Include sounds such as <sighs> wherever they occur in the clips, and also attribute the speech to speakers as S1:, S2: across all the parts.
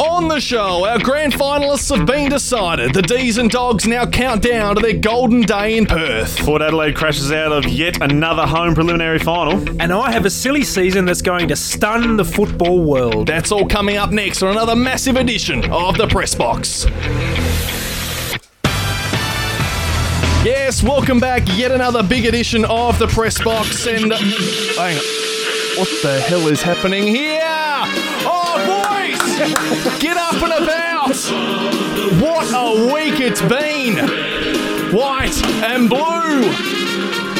S1: On the show, our grand finalists have been decided. The D's and Dogs now count down to their golden day in Perth.
S2: Port Adelaide crashes out of yet another home preliminary final.
S3: And I have a silly season that's going to stun the football world.
S1: That's all coming up next on another massive edition of the Press Box. Yes, welcome back. Yet another big edition of the Press Box. And hang on. what the hell is happening here? Oh, boys, get up and about. What a week it's been. White and blue.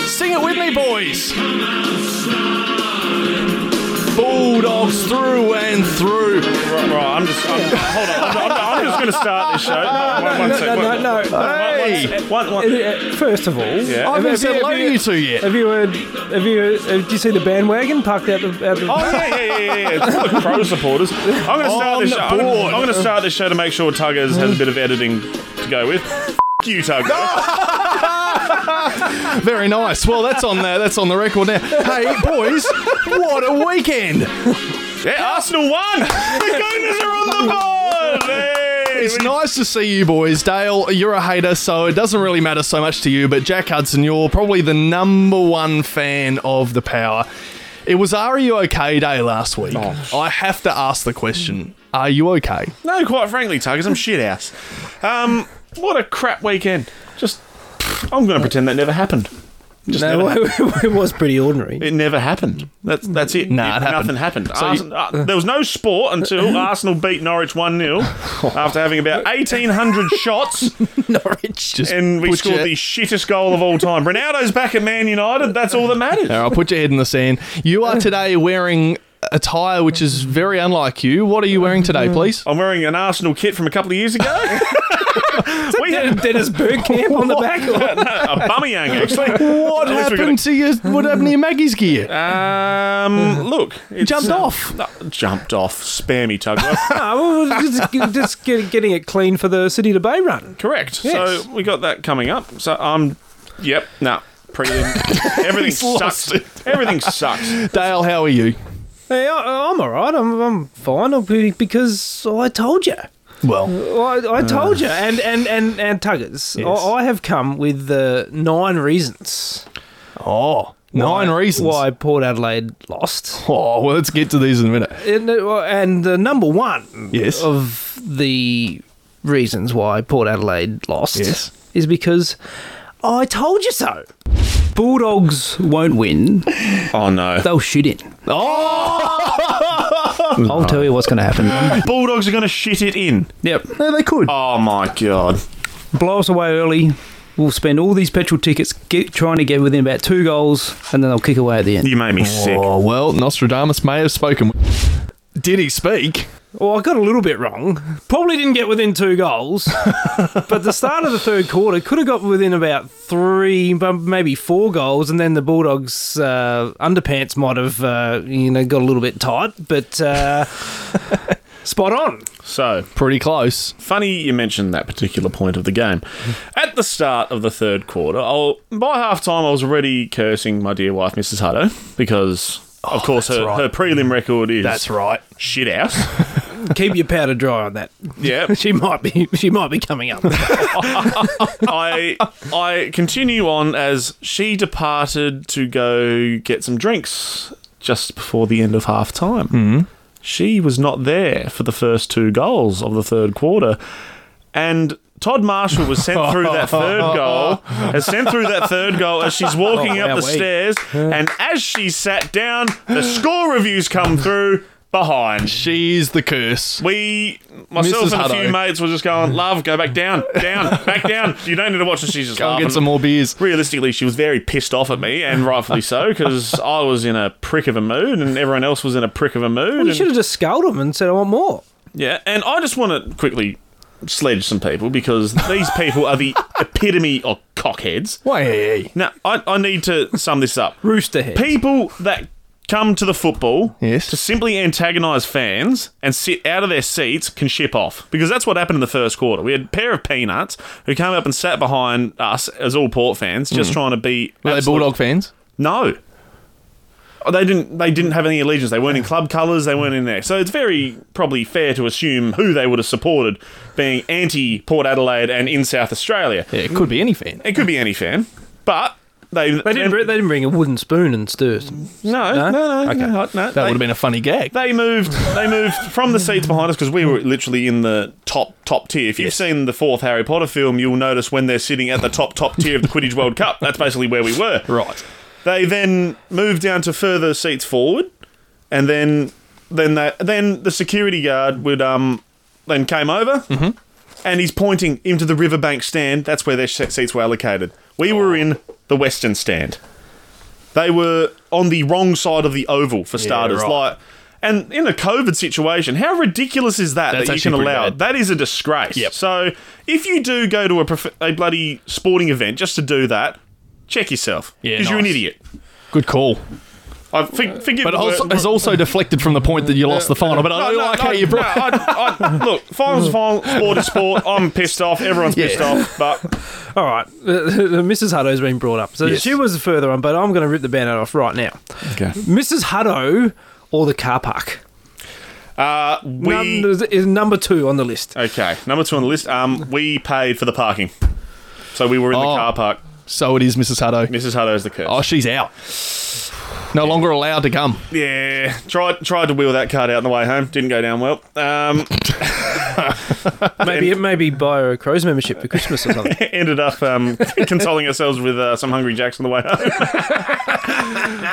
S1: Sing it with me, boys. Bulldogs through and through.
S2: Right, right, I'm just. I'm, hold on. I'm, I'm, I'm just going to start this show. One- one
S3: no,
S2: sec,
S3: no,
S2: one-
S3: no, no.
S2: one-
S1: Hey.
S2: one- one-
S3: Uh, uh, First of all,
S1: I haven't said hello to you two yet.
S3: Have you heard? Have you? Heard, uh, did you see the bandwagon parked out the? Out the
S2: Oh yeah, yeah, yeah, yeah, yeah. It's all the pro supporters. I'm going to
S1: On
S2: start this
S1: the
S2: show. I'm gonna-
S1: board.
S2: I'm going to start this show to make sure Tuggers has a bit of editing to go with. F- you, Tugger.
S1: Very nice. Well, that's on the that's on the record now. Hey, boys, what a weekend!
S2: Yeah, Arsenal won. The Gooners are on the board. Hey,
S1: It's
S2: we-
S1: nice to see you boys. Dale, you're a hater, so it doesn't really matter so much to you, but Jack Hudson, you're probably the number one fan of the power. It was Are You OK Day last week.
S2: Oh.
S1: I have to ask the question Are you OK?
S2: No, quite frankly, Tuggers, I'm shit ass. Um, what a crap weekend. Just, I'm going to pretend that never happened. Just never
S3: <laughs> no,
S2: happened.
S3: it was pretty ordinary.
S2: It never happened. That's that's it.
S1: Nah, it
S2: It-
S1: happened.
S2: nothing happened.
S1: So you-
S2: Arsen- uh, there was no
S1: <laughs>
S2: sport until Arsenal beat Norwich one 0 after having about
S1: <laughs>
S2: eighteen hundred shots,
S3: Norwich.
S1: Just
S2: and we
S1: put
S2: scored
S1: your-
S2: the shittest goal of all time. Ronaldo's back at Man United. That's all that matters.
S1: All right, <laughs> I'll put your head in the sand. You are today wearing attire which is very unlike you. What are you wearing today,
S2: Mm.
S1: please?
S2: I'm wearing an Arsenal kit from a couple of
S1: <laughs>
S2: years ago. we had
S3: <laughs> Dennis Bergkamp <laughs> on the back.
S2: no, <laughs> a Bumyang actually.
S1: What
S2: Oh, At least we got
S1: happened to your what happened to your Maggie's gear? <laughs>
S2: Um, look, it's,
S1: Jumped
S2: um,
S1: off.
S2: no, jumped off. Spare
S1: <laughs>
S2: me, Tugwell.
S3: No, well, just, just get, getting it clean for the City to Bay run.
S2: Correct.
S3: Yes.
S2: So we got that coming up. So um, yep, no.
S1: <laughs>
S2: Prelim. Everything sucks. Everything sucks.
S1: Dale, how are you?
S3: Hey, I, I'm all right. I'm, I'm fine. I'll be, because I told you.
S1: Well,
S3: I, I told
S1: Uh,
S3: you. And and and and Tuggers, I, I have come with the nine reasons.
S1: oh, nine
S3: why-
S1: reasons.
S3: why Port Adelaide lost.
S1: Oh, well, let's get to these in a minute.
S3: And, uh, and the number one
S1: Yes.
S3: of the reasons why Port Adelaide lost
S1: Yes.
S3: is because I told you so. Bulldogs won't win.
S2: Oh no.
S3: They'll shit in.
S1: Mm.
S3: Oh! I'll tell you what's going to
S1: <laughs>
S3: happen.
S2: Bulldogs are going to shit it in.
S3: Yep. Uh,
S1: No, they could.
S2: Oh my god.
S3: Blow us away early. We'll spend all these petrol tickets get, trying to get within about two goals, and then they'll kick away at the end.
S2: You made me sick.
S1: Oh, well, Nostradamus may have spoken. Did he speak?
S3: Well, I got a little bit wrong. Probably didn't get within
S1: <laughs>
S3: two goals, but the start of the third quarter could have got within about three, but maybe four goals, and then the Bulldogs' uh, underpants might have, uh, you know, got a little bit tight. But
S1: <laughs>
S3: uh, spot on.
S2: So
S1: Pretty close.
S2: funny you mentioned that particular point of
S1: <laughs>
S2: the game. At the start of the third quarter, I'll, by half time, I was already cursing my dear wife, Mrs. Hutto, because of course her,
S1: Oh, right.
S2: her prelim record is
S1: right. <laughs>
S2: shit out.
S3: Keep your powder dry on that.
S2: yeah.
S3: <laughs> She might be. She might be
S1: <laughs>
S3: coming up.
S2: I I continue on as she departed to go get some drinks just before the end of half time. She was not there for the first two goals of the third quarter. And Todd Marshall was sent through that third goal, has sent through that third goal as she's walking
S3: Oh,
S2: up the
S3: wowee.
S2: stairs. And as she sat down, the score reviews come through behind.
S1: She's the curse.
S2: We, myself
S1: Mrs.
S2: and a few
S1: Hutto.
S2: mates, were just going, "Love, go back down, down,
S1: <laughs>
S2: back down." You don't need to watch it. She's just
S1: I'll
S2: laughing.
S1: get some more beers.
S2: Realistically, she was very pissed off at me, and rightfully
S1: <laughs>
S2: so, because I was in a prick of a mood, and everyone else was in a prick of a mood.
S3: you
S2: and-
S3: should have just sculled him and said, "I want more."
S2: yeah, and I just want to quickly sledge some people because these people
S1: <laughs>
S2: are the epitome of cockheads.
S1: Wait.
S2: Now, I, I need to sum this up.
S3: Rooster head.
S2: People that come to the football
S1: Yes.
S2: to simply antagonise fans and sit out of their seats can ship off because that's what happened in the first quarter. We had a pair of peanuts who came up and sat behind us as all Port fans, just trying to be
S1: Mm. Were they
S2: absolute-
S1: Bulldog fans?
S2: No. they didn't they didn't have any allegiance. They weren't in club colours. They weren't in there. So it's very probably fair to assume who they would have supported, being anti Port Adelaide and in South Australia.
S1: Yeah, it could be any fan.
S2: It could be any fan, but they
S3: They didn't. br- They didn't bring a wooden spoon and stir. it.
S2: no, no,
S3: No?
S2: no,
S1: Okay.
S2: no, no.
S1: That
S2: They-
S1: would have been a funny gag.
S2: they moved. They moved from the seats behind us because we were literally in the top top tier. If you've seen the fourth Harry Potter film, you'll notice when they're sitting at the top top tier of the Quidditch World Cup. That's basically where we were.
S1: Right.
S2: They then moved down to further seats forward, and then then they, then the security guard would um then came over,
S1: Mm-hmm.
S2: and he's pointing into the riverbank stand. That's where their se- seats were allocated. We were in the western stand. They were on the wrong side of the oval for starters.
S1: right.
S2: Like. And in a COVID situation, how ridiculous is that
S1: That's
S2: that you
S1: actually
S2: can
S1: pretty
S2: allow?
S1: bad.
S2: That is a disgrace.
S1: Yep.
S2: So if you do go to a, prof- a bloody sporting event just to do that, check yourself
S1: Yeah,
S2: because you're an
S1: nice.
S2: idiot.
S1: Good call.
S2: I for, forgive
S1: But
S2: the
S1: also,
S2: word-
S1: has also deflected from the point that you lost the final. But <laughs> I
S2: No,
S1: do
S2: no,
S1: like
S2: no,
S1: how you brought.
S2: no, I, I, look, finals, is final, sport is sport. I'm pissed off. Everyone's pissed
S1: Yeah.
S2: off. But
S3: All right, <laughs> Mrs. Hutto's been brought up, so she was the further one. But I'm going to rip the banner off right now.
S2: okay.
S3: Mrs. Hutto or the car park
S2: uh, we
S3: Num- is number two on the list.
S2: okay. Number two on the list. Um, we paid for the parking, so we were in the
S1: Oh.
S2: car park.
S1: <laughs> So it is, Mrs. Hutto.
S2: Mrs. Hutto's the curse.
S1: Oh, she's out. No longer allowed to come.
S2: Yeah, tried tried to wheel that card out on the way home. Didn't go down well. Um,
S3: Maybe it may be buy her a crow's membership for Christmas or
S1: <laughs>
S3: something.
S2: <laughs> ended up um, consoling ourselves with uh, some Hungry Jacks on the way home. <laughs>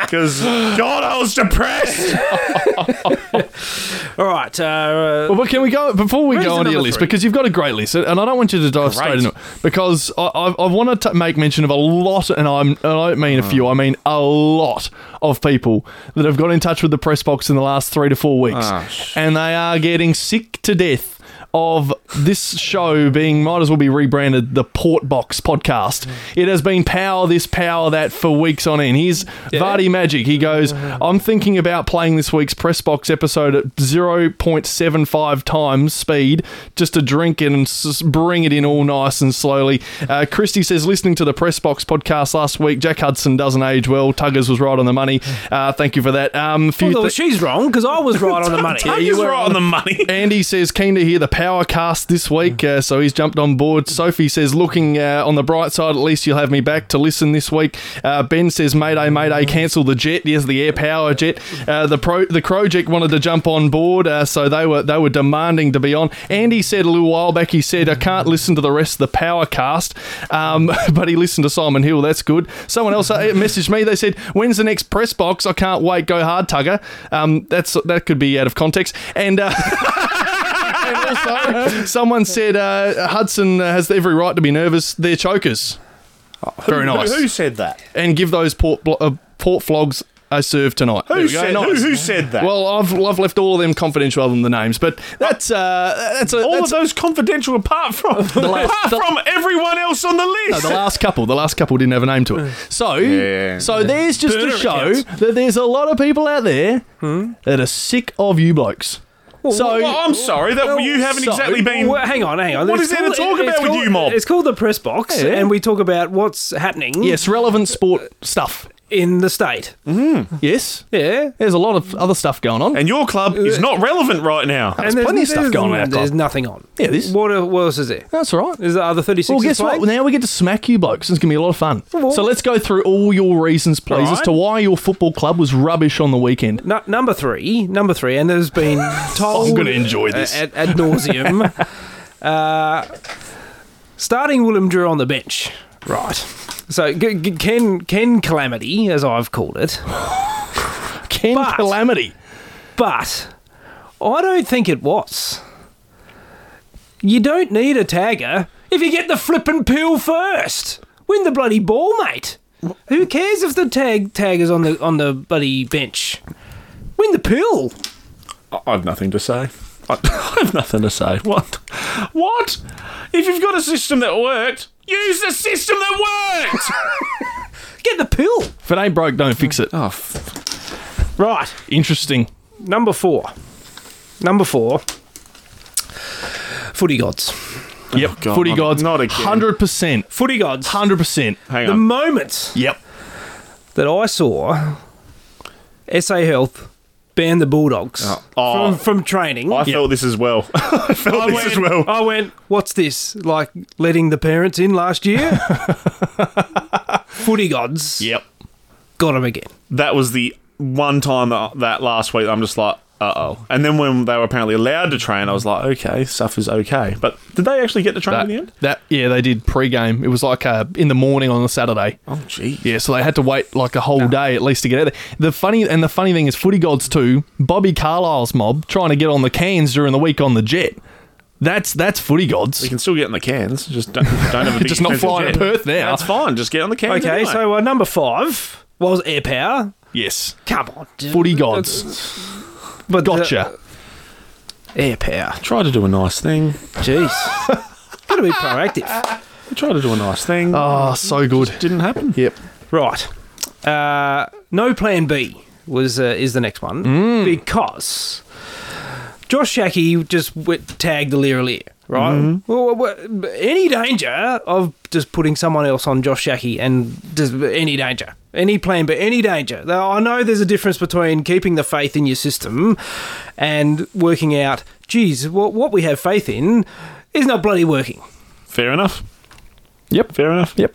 S2: Because God, I was depressed.
S3: All right, uh,
S1: Well, but can we go before we
S3: Where's
S1: go
S3: the
S1: on to your
S3: number
S1: list
S3: three?
S1: because you've got a great list, and I don't want you to dive straight
S2: Great.
S1: into it because I, I, I want to make mention of a lot, and I'm and I don't mean a few, I mean a lot of people that have got in touch with the press box in the last three to four weeks,
S2: Ah, sh-
S1: and they are getting sick to death. Of this show being, might as well be rebranded the Port Box podcast. It has been power this, power that for weeks on end. Here's Vardy Magic. He goes, I'm thinking about playing this week's press box episode at 0.75 times speed just to drink it and s- bring it in all nice and slowly. Uh, Christy says, listening to the press box podcast last week, Jack Hudson doesn't age well. Tuggers was right on the money. Uh, thank you for that. Um, few
S3: although
S1: thi-
S3: she's wrong because I was right on
S1: <laughs>
S3: the money.
S1: Yeah,
S2: He's
S1: you were
S2: right on the money.
S1: Andy says keen to hear the power cast this week, uh, so he's jumped on board. Sophie says looking uh, on the bright side, at least you'll have me back to listen this week. Uh, ben says Mayday, Mayday, cancel the jet. Here's the air power jet. Uh, the pro the Crowject wanted to jump on board, uh, so they were they were demanding to be on. Andy said a little while back, he said I can't listen to the rest of the power cast, um, <laughs> but he listened to Simon Hill. That's good. Someone else uh, messaged me. They said when's the next press box? I can't wait. Go hard, Tugger. Um, that's that could be out of context and. Uh, and also, <laughs> someone said uh, Hudson uh, has every right to be nervous. They're chokers. <laughs> Very nice.
S2: Who, who said that?
S1: and give those port blo- uh, port flogs a serve tonight. There
S2: Who
S1: we go.
S2: said, who,
S1: Nice.
S2: who said that?
S1: Well, I've, I've left all of them confidential other than the names, but that's uh, that's a,
S2: all
S1: that's
S2: of those confidential, apart from
S1: last-
S2: apart
S1: <laughs> the-
S2: from everyone else on the list.
S1: No, the last couple. The last couple didn't have a name to it. So, so there's just
S3: Burner
S1: to show
S3: accounts.
S1: that there's a lot of people out there that are sick of you blokes. so
S2: Hmm? well, I'm sorry that you haven't
S1: so-
S2: exactly been.
S3: Well, hang on, hang on.
S2: What
S3: It's
S2: is there to
S3: called-
S2: talk
S3: it's
S2: about with
S3: called-
S2: you, mob?
S3: It's called the press box,
S1: Yeah.
S3: and we talk about what's happening
S1: yes, Mm-hmm. relevant sport stuff.
S3: in the state.
S1: Yes,
S3: Yeah.
S1: there's a lot of other stuff going on.
S2: and your club is
S1: uh,
S2: not relevant right now.
S3: And
S1: plenty of stuff
S3: there's-
S1: going on out
S3: There's
S1: there.
S3: nothing on.
S1: Yeah, this-
S3: What, what else is there?
S1: That's all right.
S3: Is there other 36
S1: Well, guess what? Now we get to smack you blokes. It's going to be a lot of fun.
S3: Well-
S1: so let's go through all your reasons, please, as
S3: Right.
S1: to why your football club was rubbish on the weekend.
S3: No, number three, number three, and there's been
S1: <laughs>
S3: told.
S1: I'm gonna enjoy this.
S3: Ad, ad nauseum.
S1: <laughs>
S3: uh, starting Willem Drew on the bench. Right. So g- g- Ken Ken Calamity, as I've called it,
S1: Ken
S3: But-
S1: Calamity.
S3: but I don't think it was. You don't need a tagger if you get the flippin' pill first. Win the bloody ball, mate. Who cares if the tag tagger's on the on the bloody bench? Win the pill.
S2: I I have nothing to say. I, <laughs> I have nothing to say. What? What? If you've got a system that worked, use the system that worked.
S3: Get the pill.
S1: If it ain't broke, don't fix it.
S2: oh, f-
S3: Right.
S1: Interesting.
S3: Number four. Number four. Footy gods.
S1: Yep.
S2: God,
S1: Footy
S2: not-
S1: gods.
S2: not again.
S1: Hundred percent.
S3: Footy gods.
S1: Hundred percent.
S2: hang
S3: The
S2: on.
S3: moment
S1: Yep.
S3: that I saw SA Health banned the Bulldogs
S2: Oh.
S3: from, from training.
S2: I felt this as well. <laughs> I felt
S3: I
S2: this
S3: went,
S2: as well.
S3: I went, what's this? Like letting the parents in
S2: <laughs>
S3: last year? Footy gods
S2: Yep.
S3: got him again.
S2: That was the one time that, that last week I'm just like, uh oh. And then when they were apparently allowed to train, I was like, okay, stuff is okay. But did they actually get to train
S1: That,
S2: in the end?
S1: Uh, that yeah, they did pre-game. It was like uh, in the morning on a Saturday.
S2: Oh, gee.
S1: Yeah, so they had to wait like a whole day at least to get out there. The funny and the funny thing is, footy gods too. Bobby Carlisle's mob trying to get on the cans during the week on the jet. That's that's footy gods.
S2: You can still get in the cans. Just don't, don't have a
S1: <laughs>
S2: big
S1: Just not
S2: expensive
S1: flying
S2: jet.
S1: to Perth now.
S2: That's fine. Just get on the cans.
S3: Okay,
S2: anyway.
S3: so uh, number five was air power.
S1: Yes,
S3: Come on, dude.
S1: footy gods.
S3: But the-
S1: Gotcha.
S3: air power.
S2: try to do a nice thing. <laughs>
S3: Jeez. Gotta be proactive.
S2: Try to do a nice thing.
S1: Oh, so good.
S2: Didn't happen.
S1: Yep.
S3: Right. Uh, no plan B was uh, is the next one because Josh Shackey just went, tagged Aliralier, right? Well, well, well, any danger of just putting someone else on Josh Shackey and just any danger, any plan, but any danger. Now, I know there's a difference between keeping the faith in your system and working out, geez, what, what we have faith in is not bloody working.
S2: Fair enough.
S1: Yep.
S2: Fair enough.
S1: Yep.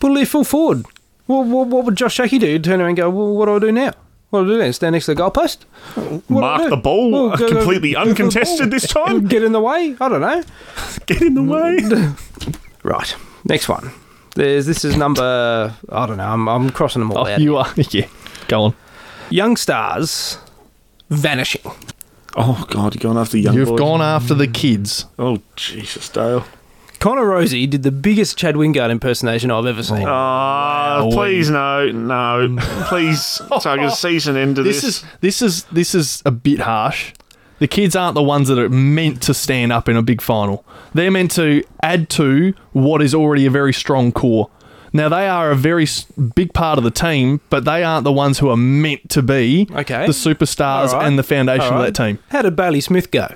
S3: Put it full forward. Well, what, what would Josh Shackey do? Turn around and go, well, what do I do now? What do I do then? Stand next to the goalpost? What do I
S2: Mark
S3: do?
S2: the ball
S3: Well, go- go-
S2: completely
S3: go for the
S2: uncontested
S3: ball.
S2: this time.
S3: Get in the way? I don't know.
S2: Get in the way.
S3: Right. Next one. There's, this is number, I don't know, I'm, I'm crossing them all
S1: Oh,
S3: out.
S1: you are. <laughs> Yeah. Go on.
S3: Young stars vanishing.
S2: Oh God, you're going after young
S1: You've
S2: boys.
S1: gone after the kids.
S2: Oh Jesus, Dale.
S3: Connor Rosie did the biggest Chad Wingard impersonation I've ever seen.
S1: Oh,
S2: Ah, please no, no, please. <laughs> Tigers season end to this.
S1: This is this is this is a bit harsh. The kids aren't the ones that are meant to stand up in a big final. They're meant to add to what is already a very strong core. Now they are a very s- big part of the team, but they aren't the ones who are meant to be
S3: Okay.
S1: the superstars
S3: All right.
S1: and the foundation
S3: All right.
S1: of that team.
S3: How did Bailey Smith go?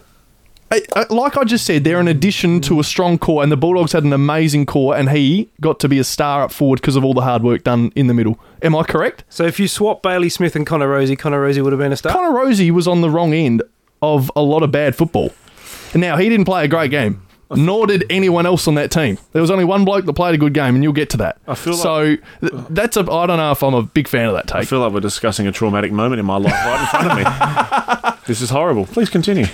S1: I- I- uh, Like I just said, they're an addition to a strong core, and the Bulldogs had an amazing core, and he got to be a star up forward because of all the hard work done in the middle. Am I correct?
S3: So if you swap Bailey Smith and Connor Rosie, Connor Rosie would have been a star.
S1: Connor Rosie was on the wrong end of a lot of bad football. Now he didn't play a great game, nor did anyone else on that team. There was only one bloke that played a good game, and you'll get to that. I
S2: feel
S1: so. th- that's a. I don't know if I'm a big fan of that
S2: I
S1: take.
S2: feel like we're discussing a traumatic moment in my life right in front of me. This is horrible. Please continue.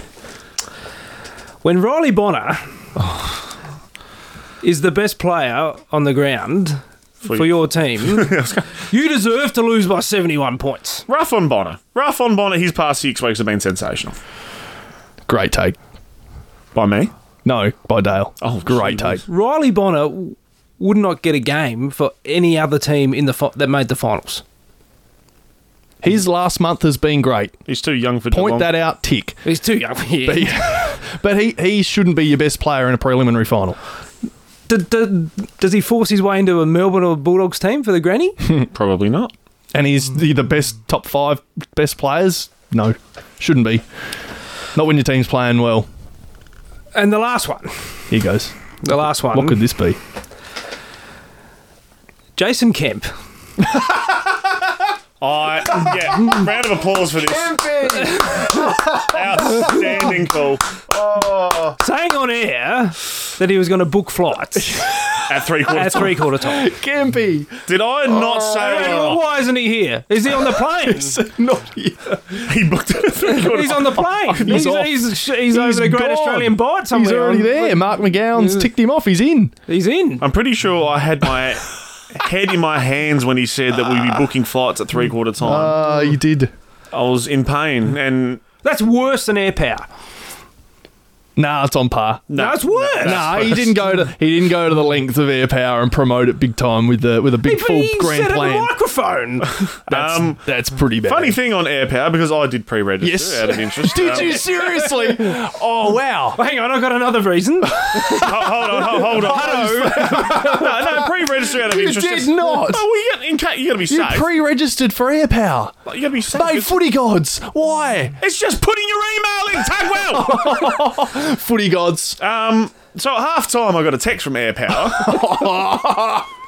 S3: When Riley Bonner is the best player on the ground for,
S2: you.
S1: <laughs>
S3: your team, you deserve to lose by 71 points.
S2: Rough on Bonner. Rough on Bonner. His past six weeks have been sensational.
S1: Great take.
S2: By me.
S1: No, by Dale.
S2: Oh,
S1: great
S2: jeez.
S1: take.
S3: Riley Bonner w- would not get a game for any other team in the fi- that made the finals.
S1: His last month has been great.
S2: He's too young for
S1: Point
S2: Geelong.
S1: that out. Tick.
S3: He's too young for you.
S1: But, <laughs> but he he shouldn't be your best player in a preliminary final.
S3: D- d- does he force his way into a Melbourne or Bulldogs team for
S1: <laughs>
S3: the granny?
S2: Probably not.
S1: And he's the, the best top five best players. No, shouldn't be. Not when your team's playing well.
S3: and the last one,
S1: Here goes.
S3: the last one,
S1: What could this be?
S3: Jason Kemp.
S2: I yeah. round of applause for this. Outstanding call
S3: Saying on air that he was going to
S1: <laughs>
S3: book flights
S2: at three quarters.
S3: at three quarter time.
S1: Campy.
S2: Did I not
S1: Oh.
S2: say
S3: Well, Why isn't he here? Is he on
S1: <laughs>
S3: the plane?
S1: Not here.
S2: he booked it at three quarters?
S3: he's on the plane. He's,
S1: off.
S3: he's, he's, over the Great
S1: gone.
S3: Australian Bite somewhere.
S1: He's already
S3: on-
S1: there. Mark McGowan's ticked him off. He's in.
S3: He's in.
S2: I'm pretty sure I had my head in my hands when he said that we'd be booking flights at three quarter time.
S1: Ah, you did.
S2: I was in pain, and
S3: That's worse than air power.
S1: Nah, it's on par.
S3: No, it's worse.
S1: Nah, he didn't go to he didn't go to the length of air power and promote it big time with the with a big
S3: But
S1: full
S3: he
S1: grand
S3: said it on the
S1: plan.
S3: microphone. <laughs>
S1: That's,
S2: Um,
S1: that's pretty bad. <laughs>
S2: funny thing on air power because I did pre-register
S1: Yes.
S2: out of
S1: <laughs>
S2: interest.
S1: Did
S2: Um, <laughs>
S1: you seriously? Oh wow.
S3: Hang on, I've got another <laughs> reason.
S2: ho- Hold on, ho- hold on. <laughs> no, no, pre-register out of
S1: You
S2: interest.
S1: did not.
S2: No, well, you got, in ca- you got to be
S1: You
S2: safe.
S1: pre-registered for air power.
S2: you got to be safe.
S1: Mate, footy gods. Why?
S2: it's just putting your email in. Tagwell.
S1: Footy gods.
S2: Um, so at half time, I got a text from Air Power.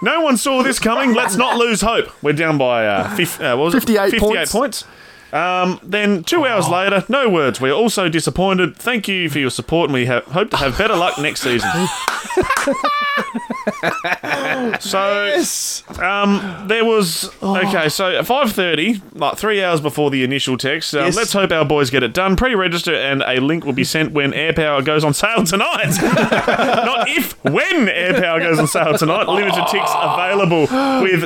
S2: no one saw this coming. Let's not lose hope. We're down by uh, fif- uh, what was it?
S1: 58
S2: 58
S1: points.
S2: points. Um, then two hours later, no words. We are also disappointed. Thank you for your support, and we ha- hope to have better luck next season. so um, there was
S1: Oh.
S2: okay. So at five thirty, like three hours before the initial text, um,
S1: Yes.
S2: let's hope our boys get it done. Pre-register, and a link will be sent when Air Power goes on sale
S1: <laughs>
S2: tonight. Not if, when Air Power goes on sale tonight. Limited ticks available with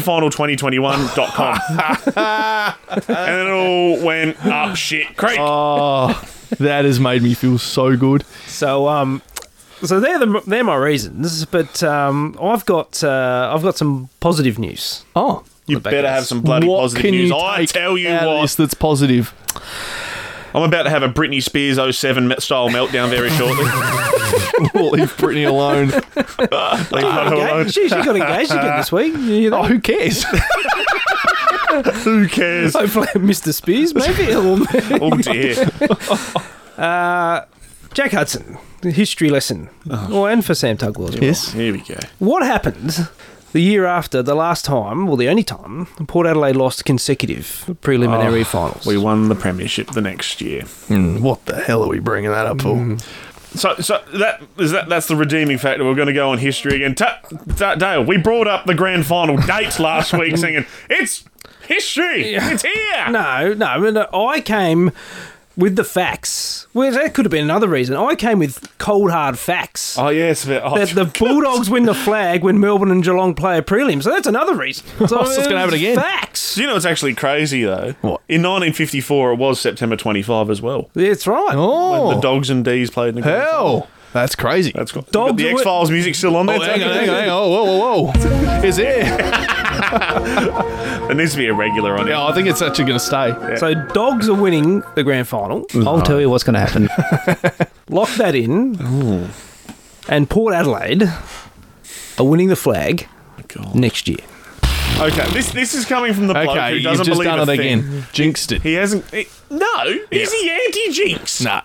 S1: <gasps> Oh.
S2: www.grandfinal2021.com. and it all went up shit creek.
S1: Oh, <laughs> that has made me feel so good.
S3: So um, so they're the, they're my reasons, but um, I've got uh, I've got some positive news.
S1: Oh,
S2: you
S3: the back
S2: better
S3: of
S2: have
S3: this.
S2: some bloody
S1: what
S2: positive
S1: can
S2: news.
S1: you
S2: I
S1: take
S2: tell you
S1: out of
S2: what,
S1: this that's positive.
S2: I'm about to have a Britney Spears 07 me- style meltdown very shortly.
S1: <laughs> we'll leave Britney alone.
S2: Leave her alone.
S3: She, she got engaged again this week. You <laughs> know?
S1: <laughs> Oh, who cares?
S2: <laughs> Who cares?
S3: Oh, Hopefully, Mr. <laughs> Spears, maybe. Or-
S2: Oh dear.
S3: Uh, Jack Hudson, the history lesson. Oh. and for Sam Tugwell as well.
S1: yes.
S2: Here we go.
S3: What happened the year after the last time, well, the only time, Port Adelaide lost consecutive
S1: Oh,
S3: preliminary finals?
S2: We won the premiership the next year.
S1: What the hell are we bringing that up for?
S2: So, so that is that. That's the redeeming factor. We're going to go on history again. Ta- Ta- Dale, we brought up the grand final date last
S1: <laughs>
S2: week, singing it's history. It's here.
S3: No, no, I mean, I came with the facts. Well, that could have been another reason. I came with cold hard facts.
S2: Oh yes, but oh,
S3: that the Bulldogs win the flag when Melbourne and Geelong play a prelim. So that's another
S1: <laughs>
S3: reason. So
S1: it's gonna happen again.
S3: Facts.
S2: <laughs> Do you know it's actually crazy though?
S1: What?
S2: In 1954, it was September 25 as well.
S3: That's right.
S1: Oh,
S2: The Dogs and D's played in the grand final.
S1: hell. That's crazy.
S2: That's got, you
S3: Dogs
S2: got the
S3: were-
S2: X Files music still on there.
S1: Oh, hang on, hang on, hang on. Oh, whoa, whoa, whoa. Is <laughs> it?
S2: There needs to be a regular on it.
S1: Yeah, I think it's actually going to stay.
S3: <laughs> So dogs are winning the grand final.
S4: I'll tell you what's going to happen.
S3: <laughs> Lock that in. And Port Adelaide are winning the flag
S2: Oh, God.
S3: next year.
S2: Okay, this this is coming from the bloke
S1: Okay,
S2: who
S1: you've
S2: doesn't
S1: just
S2: believe
S1: done
S2: a
S1: it
S2: thing.
S1: again. Jinxed it.
S2: He hasn't. he- no, he's the anti-jinx.
S1: Nah.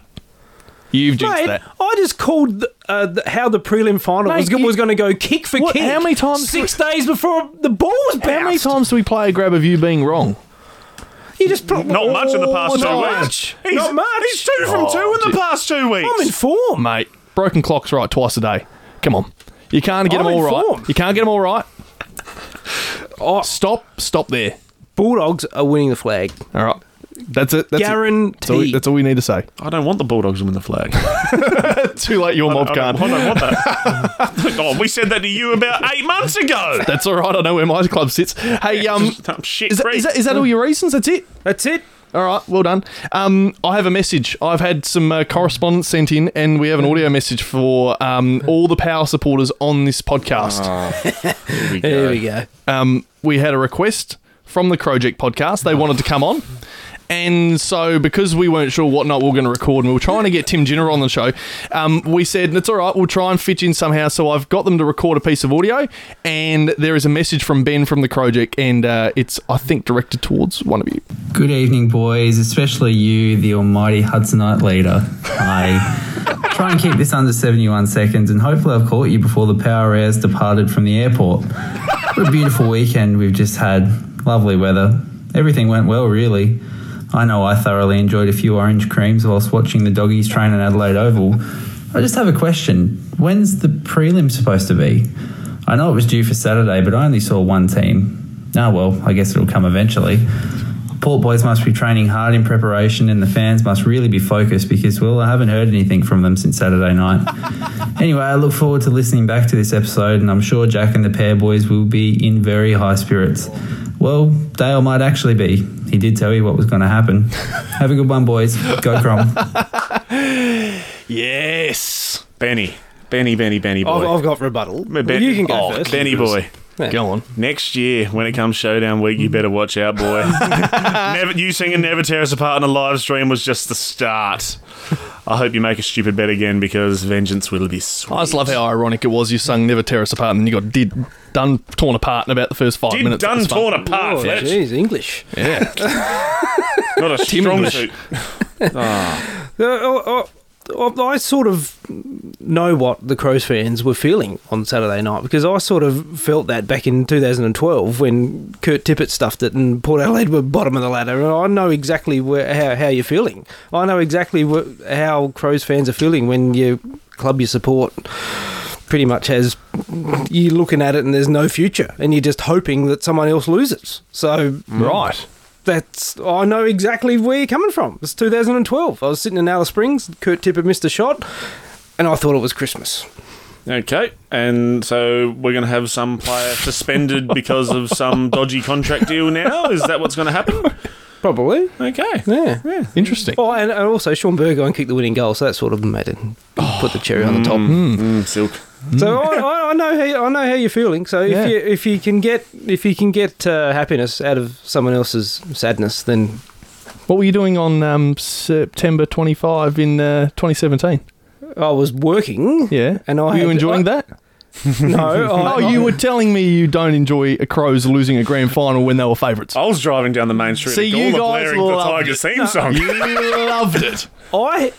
S1: You've jinxed
S3: Mate,
S1: that.
S3: I just called the, uh, the, how the prelim final
S1: Mate,
S3: was, go-
S1: you-
S3: was going to go kick for
S1: What-
S3: kick.
S1: how many times-
S3: Six days before the ball was bounced.
S1: How many times do we play a grab of you being wrong?
S3: You just put,
S2: Not much in the past
S3: Oh,
S2: two
S3: not
S2: weeks.
S3: much.
S2: He's,
S3: Not much. Oh,
S2: He's two from two in the past two weeks.
S3: I'm in form.
S1: Mate, broken clock's right twice a day. Come on. You can't get
S3: I'm
S1: them all right.
S3: informed.
S1: You can't get them all
S2: <laughs>
S1: right.
S3: Oh.
S1: Stop. Stop there.
S3: Bulldogs are winning the flag.
S1: All right. That's it. That's it. That's all, we,
S3: Guaranteed.
S1: that's all we need to say.
S2: I don't want the Bulldogs to win the flag.
S1: <laughs> Too late, your mob
S2: <laughs> I don't,
S1: can't.
S2: I don't want that. oh, we said that to you about eight months ago.
S1: <laughs> That's all right. I know where my club sits. Hey, um,
S2: Just, um, shit,
S1: is that,
S2: Greg.
S1: is, that, is that all your reasons? That's it.
S3: That's it.
S1: All right, well done. Um, I have a message. I've had some uh, correspondence sent in, and we have an audio message for um, all the power supporters on this podcast.
S2: Here we go.
S3: There we go.
S1: Um, we had a request from the Croject podcast. They wanted to come on. And so, because we weren't sure what night we were going to record, and we were trying to get Tim Jenner on the show, um, we said, It's all right, we'll try and fit in somehow. So, I've got them to record a piece of audio, and there is a message from Ben from the Croject, and uh, it's, I think, directed towards one of you.
S5: Good evening, boys, especially you, the almighty Hudsonite leader. I try and keep this under 71 seconds, and hopefully, I've caught you before the power airs departed from the airport. What a beautiful weekend we've just had. Lovely weather. Everything went well, really. I know I thoroughly enjoyed a few orange creams whilst watching the doggies train in Adelaide Oval. I just have a question. When's the prelim supposed to be? I know it was due for Saturday, but I only saw one team. Ah, well, I guess it'll come eventually. Port boys must be training hard in preparation, and the fans must really be focused because, well, I haven't heard anything from them since Saturday night. anyway, I look forward to listening back to this episode, and I'm sure Jack and the pair boys will be in very high spirits. Well, Dale might actually be. He did tell you what was going to happen. Have a good one, boys. Go Crom.
S1: Yes.
S2: Benny. Benny, Benny, Benny boy.
S3: I've, I've got rebuttal. Well, you can go
S2: oh,
S3: first.
S2: Benny boy.
S1: Go on.
S2: Next year, when it comes showdown week, you better watch out, boy. never, you singing "Never Tear Us Apart" in a live stream was just the start. I hope you make a stupid bet again because vengeance will be sweet.
S1: I just love how ironic it was. You sung "Never Tear Us Apart" and then you got did done torn apart in about the first five
S2: Did
S1: minutes. That
S2: done
S1: was fun.
S2: torn apart,
S3: Oh,
S2: Fletch.
S3: jeez, English.
S2: <laughs> Not a strong
S1: English.
S2: suit.
S3: Uh, oh, oh, oh, I sort of know what the Crows fans were feeling on Saturday night because I sort of felt that back in 2012 when Kurt Tippett stuffed it and Port Adelaide were bottom of the ladder. And I know exactly where, how, how you're feeling. I know exactly wh- how Crows fans are feeling when your club you support pretty much has you're looking at it and there's no future and you're just hoping that someone else loses. So
S1: Right.
S3: that's I know exactly where you're coming from. It's 2012. I was sitting in Alice Springs. Kurt Tippett missed a shot, and I thought it was Christmas.
S2: Okay, and so we're going to have some player suspended because of some dodgy contract deal now? Is that what's going to happen?
S3: Probably.
S2: Okay.
S3: Yeah.
S1: Interesting.
S3: Oh, and, and also Sean Burgoyne kicked the winning goal, so that sort of made it put the cherry on the top.
S1: Hmm.
S2: Mm, silk.
S3: So I, I, I know how you, I know how you're feeling. So if
S1: Yeah.
S3: you if you can get if you can get uh, happiness out of someone else's sadness, then
S1: What were you doing on um, September 25 in uh, 2017?
S3: I was working.
S1: Yeah.
S3: And I
S1: were you
S3: had-
S1: enjoying
S3: I-
S1: that? <laughs>
S3: No.
S1: Oh,
S3: I,
S1: you were telling me you don't enjoy a Crows losing a grand final when they were favourites.
S2: I was driving down the main street
S1: See,
S2: See,
S1: you
S2: and Gawler
S1: guys
S2: blaring the
S1: loved
S2: Tigers theme song. <laughs>
S1: You loved it.
S3: I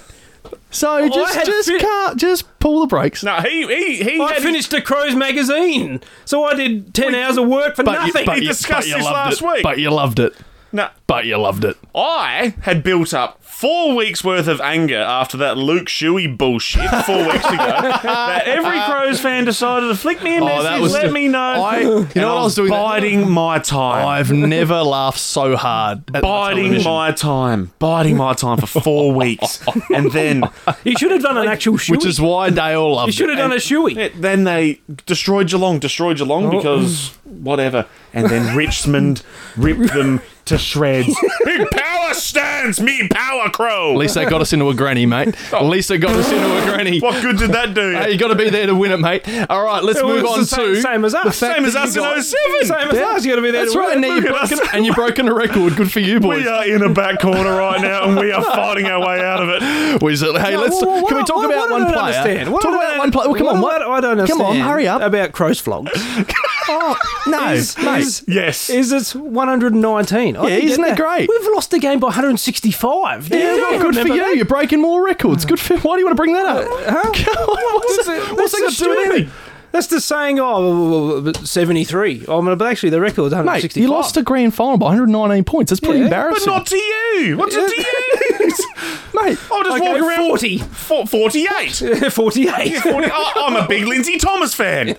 S1: So just
S3: had
S1: just
S3: fi-
S1: can't just pull the brakes.
S2: No, he he he,
S3: I
S2: had-
S3: finished the Crows magazine, so I did ten hours of work for
S1: But you,
S3: nothing.
S1: but you-
S2: discussed
S1: but you
S2: this
S1: loved
S2: last
S1: it.
S2: week.
S1: But you loved it.
S2: No,
S1: But you loved
S2: <laughs>
S1: it.
S2: I had built up four weeks worth of anger after that Luke Shuey bullshit four
S1: <laughs>
S2: weeks ago. That every Crows fan decided to flick me a message,
S1: Oh, that was
S2: let
S1: just-
S2: me know.
S1: I- you
S2: and
S1: know what I was doing that-
S2: Biding my time.
S1: I've never laughed so hard. At
S2: biding
S1: television.
S2: my time, biding my time
S1: <laughs>
S2: for four weeks, and then
S3: You should have done an actual shoey.
S1: Which is why Dale loved
S3: you should
S1: it.
S3: have done a shoey.
S2: then they destroyed Geelong, destroyed
S1: Oh.
S2: Geelong because whatever, and then Richmond ripped them
S1: <laughs>
S2: to shreds. Big power stands, me power crow.
S1: At least they got us into a granny,
S2: <laughs>
S1: mate. At least they got us into a granny.
S2: Oh. What good did that do?
S1: Hey, you got to be there to win it, mate. All right, let's
S3: It
S1: move
S3: was
S1: on
S3: the same,
S1: to
S3: same as us.
S1: fact
S2: Same as
S1: that
S2: us
S1: you
S2: in
S1: guys-
S2: 07.
S3: Same as us. You got to be there.
S1: oh That's
S3: to
S1: right, and
S3: win.
S1: you've
S2: at
S1: broken, and you've broken a record. Good for you, boys.
S2: <laughs> We are in a back corner right now, and we are fighting our way out of it.
S1: We said- uh, hey, let's.
S3: Well, what
S1: can we
S3: I-
S1: talk
S3: what-
S1: about
S3: what I
S1: one
S3: don't
S1: player?
S3: Understand. What
S1: Talk
S3: I don't-
S1: about one player. Well, come on, what?
S3: I don't understand.
S1: Come on, hurry up.
S3: About Crow's vlogs.
S1: <laughs> Oh, no,
S3: is,
S1: mate.
S3: is,
S2: Yes.
S3: is it's 119. I
S1: Yeah,
S3: think
S1: isn't that great?
S3: We've lost the game by 165.
S1: yeah,
S3: Did you
S1: well,
S3: remember
S1: good for you.
S3: that?
S1: You're breaking more records. Good for. Why do you want to bring that
S3: Uh,
S1: up? <laughs> Come on, what's
S3: That's
S1: that,
S3: it.
S1: what's that
S3: That's
S1: got to
S3: just
S1: do with
S3: stupid.
S1: anything?
S3: That's the saying, oh, well, well, 73. Oh, but actually, the record's
S1: Mate,
S3: 165.
S1: you lost a grand final by 119 points. That's pretty
S3: Yeah, but
S2: But
S1: embarrassing,
S2: not to you. What's it to you? <laughs>
S1: mate.
S2: I'll just walk
S3: Okay,
S2: around.
S3: <laughs> 40.
S2: Four- 48.
S3: 48.
S2: 40 I- I'm a big Lindsay Thomas fan.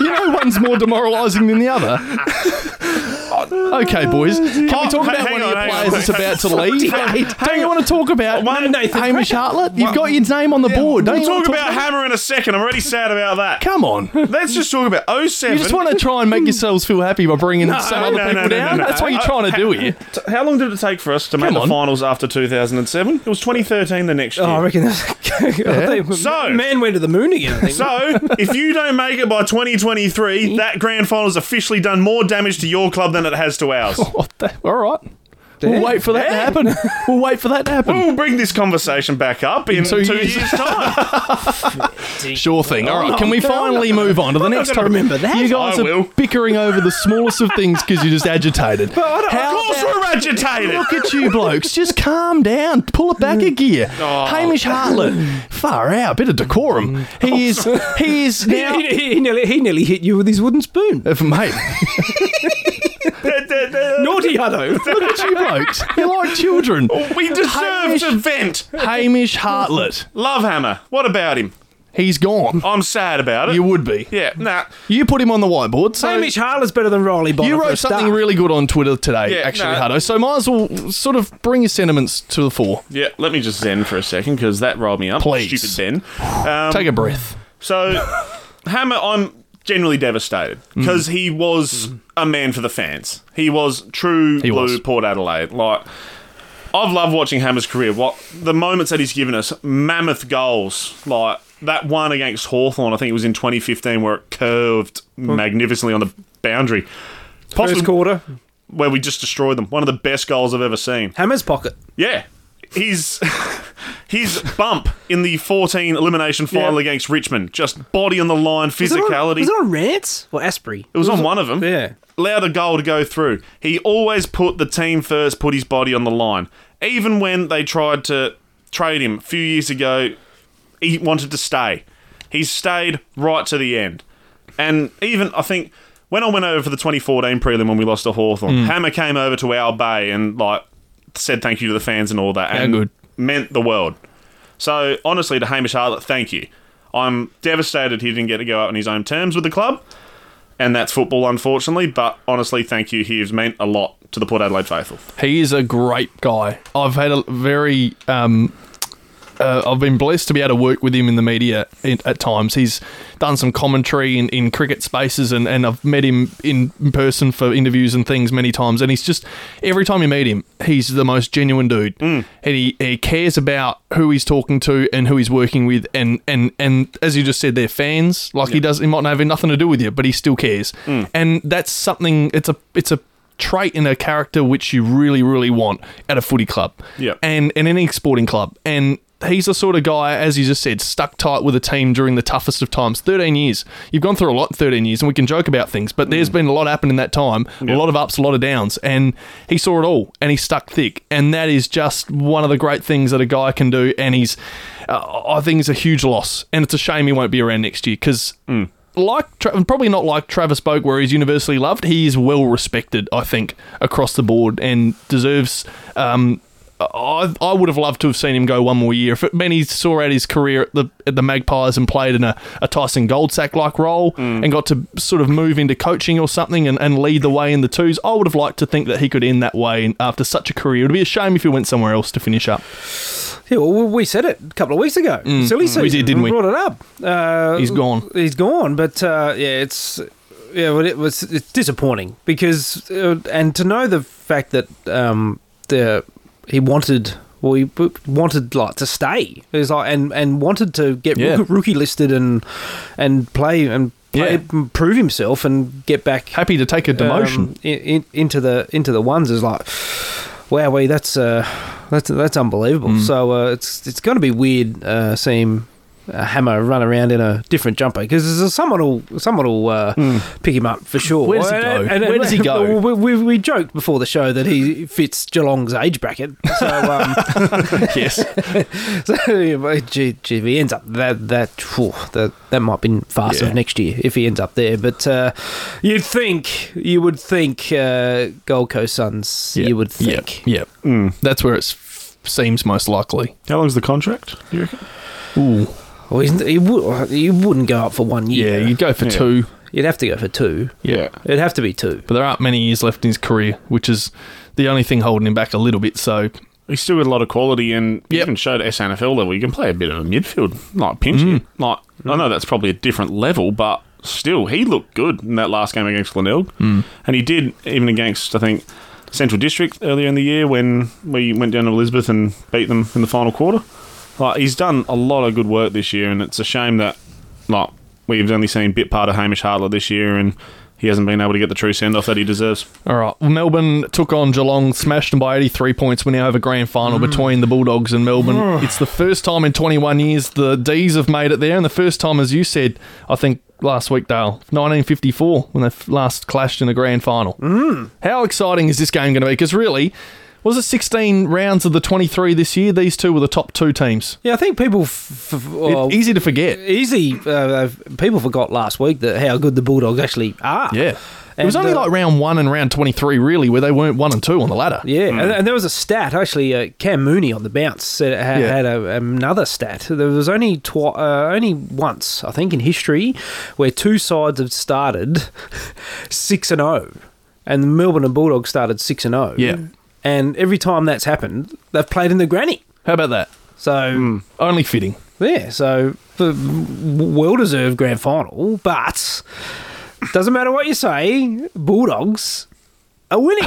S1: You know, one's more demoralising than the other. <laughs> okay, boys. Can we
S2: Oh,
S1: talk about
S2: hang
S1: one of
S2: on,
S1: your
S2: hang
S1: players
S2: on.
S1: that's about to
S3: <laughs>
S1: leave? Don't you want to talk about
S2: One- Nathan
S1: Hamish Hartlett? You've got your name on the board. Don't
S2: We'll
S1: you want
S2: talk
S1: to
S2: about Hammer in a second. I'm already sad about that.
S1: Come
S3: <laughs>
S1: on.
S2: Let's just talk about 07.
S1: You just want to try and make yourselves feel happy by bringing some other
S2: no,
S1: people
S2: no, no,
S1: down.
S2: no, no.
S1: That's what you're trying to
S2: <laughs>
S1: do here.
S2: How long did it take for us to make
S1: Come
S2: the
S1: on.
S2: finals after 2007? It was 2013 the next year.
S3: Oh, I reckon that's. <laughs>
S2: So-
S3: man went to the moon again. I
S2: <laughs>
S3: think.
S2: so, if you don't make it by 2023, <laughs> that grand final's officially done more damage to your club than it has to <laughs> ours.
S1: What the, all right. We'll
S3: Damn.
S1: wait for that to happen. We'll wait for that to happen.
S2: We'll bring this conversation back up in
S1: two
S2: two,
S1: years.
S2: years. time.
S1: Sure thing. All right.
S2: Oh,
S1: Can we
S3: no,
S1: finally move on to the next
S3: gonna
S1: topic?
S3: remember that.
S1: You guys
S2: I
S1: are
S2: will.
S1: bickering over the smallest of things because you're just agitated.
S3: I don't-
S1: How
S2: Of course, we're agitated.
S1: Look at <laughs> you blokes. Just calm down. Pull it
S2: Mm.
S1: back a gear.
S2: Oh.
S1: Hamish Hartlett. Far out. Bit of decorum.
S2: Oh,
S1: He is. He
S2: <laughs>
S1: is now.
S3: <laughs>
S1: Uh,
S3: he, he- he nearly, he nearly hit you with his wooden spoon.
S1: If- Mate,
S3: Naughty Hutto.
S1: <laughs> look at you blokes. You're like
S2: <laughs>
S1: children.
S2: Oh, we deserve
S1: Hamish-
S2: to vent.
S1: Hamish Hartlett.
S2: Love Hammer. What about him?
S1: He's
S2: <laughs>
S1: gone.
S2: I'm sad about it.
S1: You would be.
S2: yeah, nah.
S1: You put him on the whiteboard. So
S3: Hamish Harler's better than Riley Bonner.
S1: you
S3: for a
S1: wrote something
S3: start.
S1: really good on Twitter today,
S2: Yeah,
S1: actually,
S2: no.
S1: Hutto. So might as well sort of bring your sentiments to the fore.
S2: Yeah, let me just zen for a second because that rolled me up.
S1: Please.
S2: Stupid Ben. Um,
S1: Take a breath.
S2: so, Hammer, I'm generally devastated because he was a man for the fans. He was true blue
S1: was.
S2: Port Adelaide. Like, I've loved watching Hammer's career. What the moments that he's given us, mammoth goals, like that one against Hawthorn. I think it was in 2015, where it curved magnificently on the boundary. Possibly
S3: First quarter.
S2: where we just destroyed them. One of the best goals I've ever seen.
S3: Hammer's pocket.
S2: Yeah. <laughs> His his bump in the 14 elimination final
S3: Yeah.
S2: against Richmond, just body on the line,
S3: Is it on-
S2: physicality.
S3: Is it on Rance or Asprey?
S2: it was on one of them.
S3: Yeah.
S2: Allowed a goal to go through. He always put the team first, put his body on the line. Even when they tried to trade him a few years ago he wanted to stay. He stayed right to the end. And even, I think, when I went over for the 2014 prelim when we lost to Hawthorn, Hammer came over to our bay and, like, said thank you to the fans and all that. and
S1: good.
S2: meant the world. So, honestly, to Hamish Hartlett, thank you. I'm devastated he didn't get to go out on his own terms with the club. And that's football, unfortunately. But honestly, thank you. He's meant a lot to the Port Adelaide faithful.
S1: He is a great guy. I've had a very, um, uh, I've been blessed to be able to work with him in the media in, at times. He's done some commentary in, in cricket spaces, and, and I've met him in person for interviews and things many times. And he's just every time you meet him, he's the most genuine dude, and he, he cares about who he's talking to and who he's working with, and and and as you just said, they're fans. Like he does, he might not have nothing to do with you, but he still cares, and that's something. It's a it's a trait in a character which you really, really want at a footy club.
S2: Yeah.
S1: And and any sporting club. And he's the sort of guy, as you just said, stuck tight with a team during the toughest of times. Thirteen years. You've gone through a lot in thirteen years and we can joke about things, but there's been a lot happened in that time. A lot of ups, a lot of downs. And he saw it all and he stuck thick. And that is just one of the great things that a guy can do and he's uh, I think it's a huge loss. And it's a shame he won't be around next year because like Tra- probably not like Travis Boak, where he's universally loved. He is well respected, I think, across the board, and deserves. Um, I, I would have loved to have seen him go one more year. If it meant he saw out his career at the at the Magpies and played in a, a Tyson Goldsack like role and got to sort of move into coaching or something and, and lead the way in the twos, I would have liked to think that he could end that way and after such a career. It would be a shame if he went somewhere else to finish up.
S3: Yeah, well, we said it a couple of weeks ago. Silly season.
S1: did, didn't Mm, we?
S3: Brought it up. Uh,
S1: He's gone.
S3: He's gone. But uh, yeah, it's yeah, well, it was it's disappointing because uh, and to know the fact that um, the he wanted well he w- wanted like to stay. It was like and and wanted to get
S1: Yeah.
S3: rookie, rookie listed and and play and. Play,
S1: Yeah.
S3: and prove himself and get back
S1: Happy to take a demotion.
S3: <laughs> um, in, in, into the into the ones is like wow wait that's uh that's that's unbelievable
S1: Mm.
S3: so uh, it's it's going to be weird uh, seeing a hammer run around in a different jumper because someone will someone will uh, pick him up for sure.
S1: Mm. Where does he go? Where
S3: <laughs>
S1: does he go?
S3: We, we, we joked before the show that he fits Geelong's age bracket, so
S1: <laughs>
S3: um,
S1: yes.
S3: so <laughs> anyway, gee, gee, if he ends up that that phew, that that might be faster
S1: Yeah.
S3: next year if he ends up there. But uh, you'd think you would think uh, Gold Coast Suns. You would think.
S1: Yeah. That's where it seems most likely.
S2: How long's the contract? You reckon?
S1: Ooh.
S3: Well, isn't- he would. You wouldn't go up for one
S1: Yeah,
S3: year.
S1: you'd go for
S2: Yeah.
S1: two.
S3: You'd have to go for two.
S1: Yeah.
S3: It'd have to be two.
S1: But there aren't many years left in his career, which is the only thing holding him back a little bit. So,
S2: He still got a lot of quality and
S1: Yep.
S2: even showed at SNFL level. You can play a bit of a midfield, like pinch hit. Like I know that's probably a different level, but still, he looked good in that last game against Glenelg, mm. and he did even against I think Central District earlier in the year when we went down to Elizabeth and beat them in the final quarter. Like he's done a lot of good work this year, and it's a shame that like we've only seen bit part of Hamish Hartler this year, and he hasn't been able to get the true send off that he deserves.
S1: all right. Well, Melbourne took on Geelong, smashed them by 83 points. We now have a grand final between the Bulldogs and Melbourne. it's the first time in 21 years the D's have made it there, and the first time, as you said, I think last week, Dale, 1954, when they f- last clashed in the grand final. How exciting is this game going to be? Because really, was it 16 rounds of the 23 this year? These two were the top two teams.
S3: Yeah, I think people. F- f-
S1: It-
S3: well,
S1: easy to forget.
S3: easy. Uh, people forgot last week that how good the Bulldogs actually are.
S1: Yeah. it was
S3: And,
S1: only
S3: uh,
S1: like round one and round 23, really, where they weren't one and two on the ladder.
S3: Yeah, and, and there was a stat actually. Uh, Cam Mooney on the bounce said it had,
S1: Yeah.
S3: had a, another stat. There was only twi- uh, only once I think in history where two sides have started <laughs> six and zero, and the Melbourne and Bulldogs started six and zero.
S1: Yeah.
S3: and every time that's happened, they've played in the granny.
S1: How about that?
S3: So
S1: Only fitting. <laughs>
S3: yeah, so the well deserved grand final, but doesn't matter what you say, Bulldogs are winning.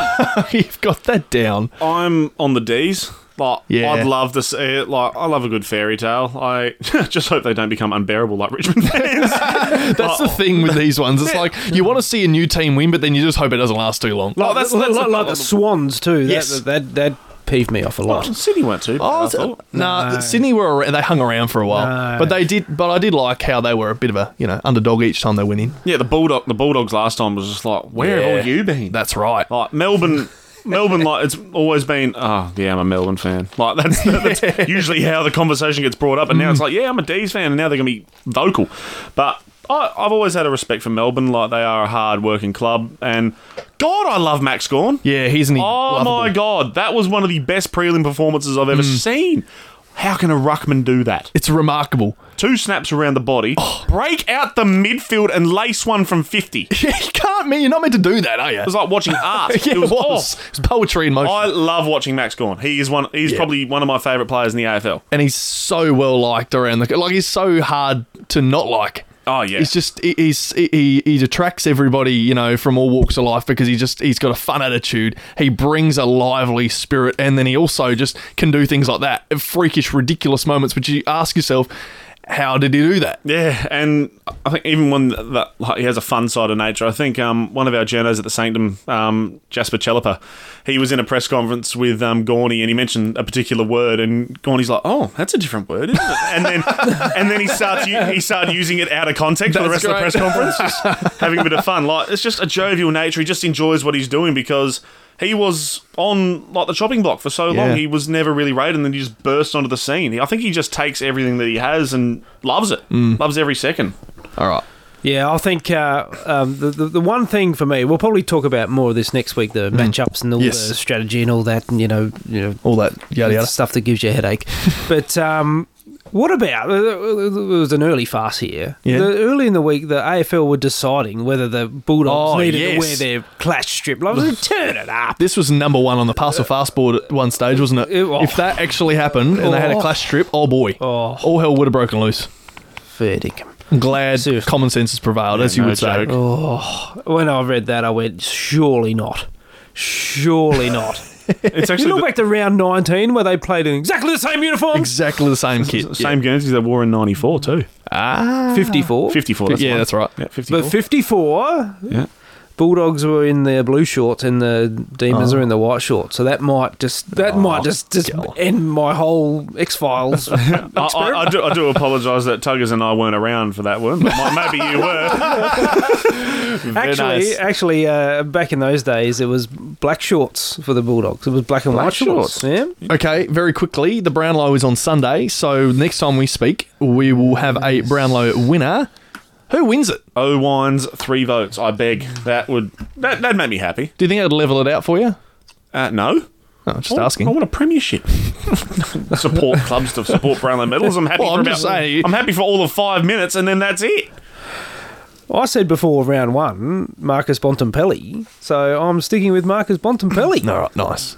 S1: You've got that down.
S2: I'm on the D's. Like,
S1: Yeah.
S2: I'd love to see it. Like, I love a good fairy tale. I <laughs> just hope they don't become unbearable like <laughs> Richmond fans.
S1: That's
S2: Oh.
S1: the thing with these ones.
S2: <laughs>
S1: It's like you want to see a new team win, but then you just hope it doesn't last too long.
S3: Like, Oh, that's, like, like the Swans too. That,
S1: Yes.
S3: that, that that peeved me off a lot.
S2: Sydney weren't
S1: Oh,
S2: too. bad, I uh,
S1: is it-
S2: thought.
S1: nah, Sydney were around, they hung around for a while,
S3: No.
S1: but they did. But I did like how they were a bit of a you know underdog each time they went in.
S2: Yeah, the bulldog. The Bulldogs last time was just like, where have all
S1: Yeah.
S2: you been? Oh.
S1: That's right.
S2: <laughs> Like Melbourne Melbourne, like it's always been. Oh, yeah, I'm a Melbourne fan. Like <laughs> that's, that's usually how the conversation gets brought up, and now it's like, yeah, I'm a D's fan, and now they're gonna be vocal. But I, I've always had a respect for Melbourne. Like they are a hard-working club, and God, I love Max Gorn.
S1: Yeah, he's an.
S2: Oh my god, that was one of the best prelim performances I've ever seen. How can a ruckman do that?
S1: It's remarkable. <laughs>
S2: Two snaps around the body, break out the midfield, and lace one from fifty. It
S1: you can't mean you're not meant to do that, are you?
S2: was like watching <laughs> art.
S1: <laughs> yeah,
S2: it was.
S1: was.
S2: oh,
S1: It's poetry in motion,
S2: I love watching Max Gorn. He is one. He's probably one of my favourite players in the AFL.
S1: and he's so well liked around the like. He's so hard to not like.
S2: Oh yeah,
S1: He's just he- he's he- he he attracts everybody you know from all walks of life because he just he's got a fun attitude. He brings a lively spirit, and then he also just can do things like that, freakish, ridiculous moments. Which you ask yourself, how did he do that?
S2: yeah. And I think even when that like, he has a fun side of nature. I think um, one of our journos at the Sanctum, um, Jasper Chelliper, he was in a press conference with um, Gorney, and he mentioned a particular word, and Gorney's like, "Oh, that's a different word, isn't it?" And then <laughs> and then he starts u- he started using it out of context for the
S1: That's
S2: rest of the
S1: great.
S2: press conference, <laughs> just having a bit of fun. Like it's just a jovial nature. He just enjoys what he's doing because. He was on like the chopping block for so
S1: Yeah.
S2: long. He was never really rated, and then he just burst onto the scene. I think he just takes everything that he has and loves it.
S1: Mm.
S2: Loves every second.
S1: All right.
S3: Yeah, I think uh, um, the, the the one thing for me, we'll probably talk about more of this next week, the matchups and all
S1: Yes.
S3: the strategy and all that, and you know, you know,
S1: All that yada yada.
S3: stuff that gives you a <laughs> headache. but um, what about uh, it was an early farce here?
S1: Yeah.
S3: The, early in the week, the AFL were deciding whether the Bulldogs
S1: Oh,
S3: needed
S1: yes.
S3: to wear their clash strip. I was <laughs> like, turn it up.
S1: This was number one on the pass or fast board at one stage, wasn't it?
S3: It- oh.
S1: If that actually happened and they had a clash strip, oh boy,
S3: Oh.
S1: all hell would have broken loose.
S3: Verdict.
S1: I'm glad
S3: Seriously.
S1: common sense has prevailed, as you
S2: no
S1: would say.
S2: joke.
S3: When I read that, I went, surely not. Surely not.
S1: <laughs>
S2: It's
S3: you
S2: actually
S3: look
S2: the
S3: back to round 19 where they played in exactly the same uniform.
S1: Exactly the same kit.
S2: same Guernseys they wore in '94 too.
S1: Ah.
S3: 54.
S2: 54. That's
S1: yeah,
S2: the one.
S1: that's right.
S2: Yeah, 54.
S3: But 54,
S1: <laughs>
S2: yeah.
S3: Bulldogs were in their blue shorts and the
S1: Oh.
S3: Demons are in the white shorts. So that might just that might just, just end my whole X
S1: <laughs>
S3: Files.
S2: I, I, I do, I do apologise that Tuggers and I weren't around for that one. But mi- maybe you
S1: <laughs>
S2: were.
S3: actually,
S1: nice.
S3: actually, uh, back in those days, it was black shorts for the Bulldogs. It was black and white shorts. Yeah.
S1: Okay, very quickly, the Brownlow is on Sunday, so next time we speak, we will have a Brownlow winner. Who wins it?
S2: O Wines, three votes. I beg. That would that that make me happy.
S1: Do you think that'd level it out for you?
S2: Uh, no.
S1: Oh, just
S2: I-
S1: asking.
S2: I want a premiership. <laughs> support clubs to support Brownlow medals. I'm happy
S1: Well,
S2: for
S1: I'm
S2: about,
S1: just saying-
S2: I'm happy for all of five minutes, and then that's it.
S3: I said before round one, Marcus Bontempelli. So I'm sticking with Marcus Bontempelli.
S1: <clears throat> All right, nice.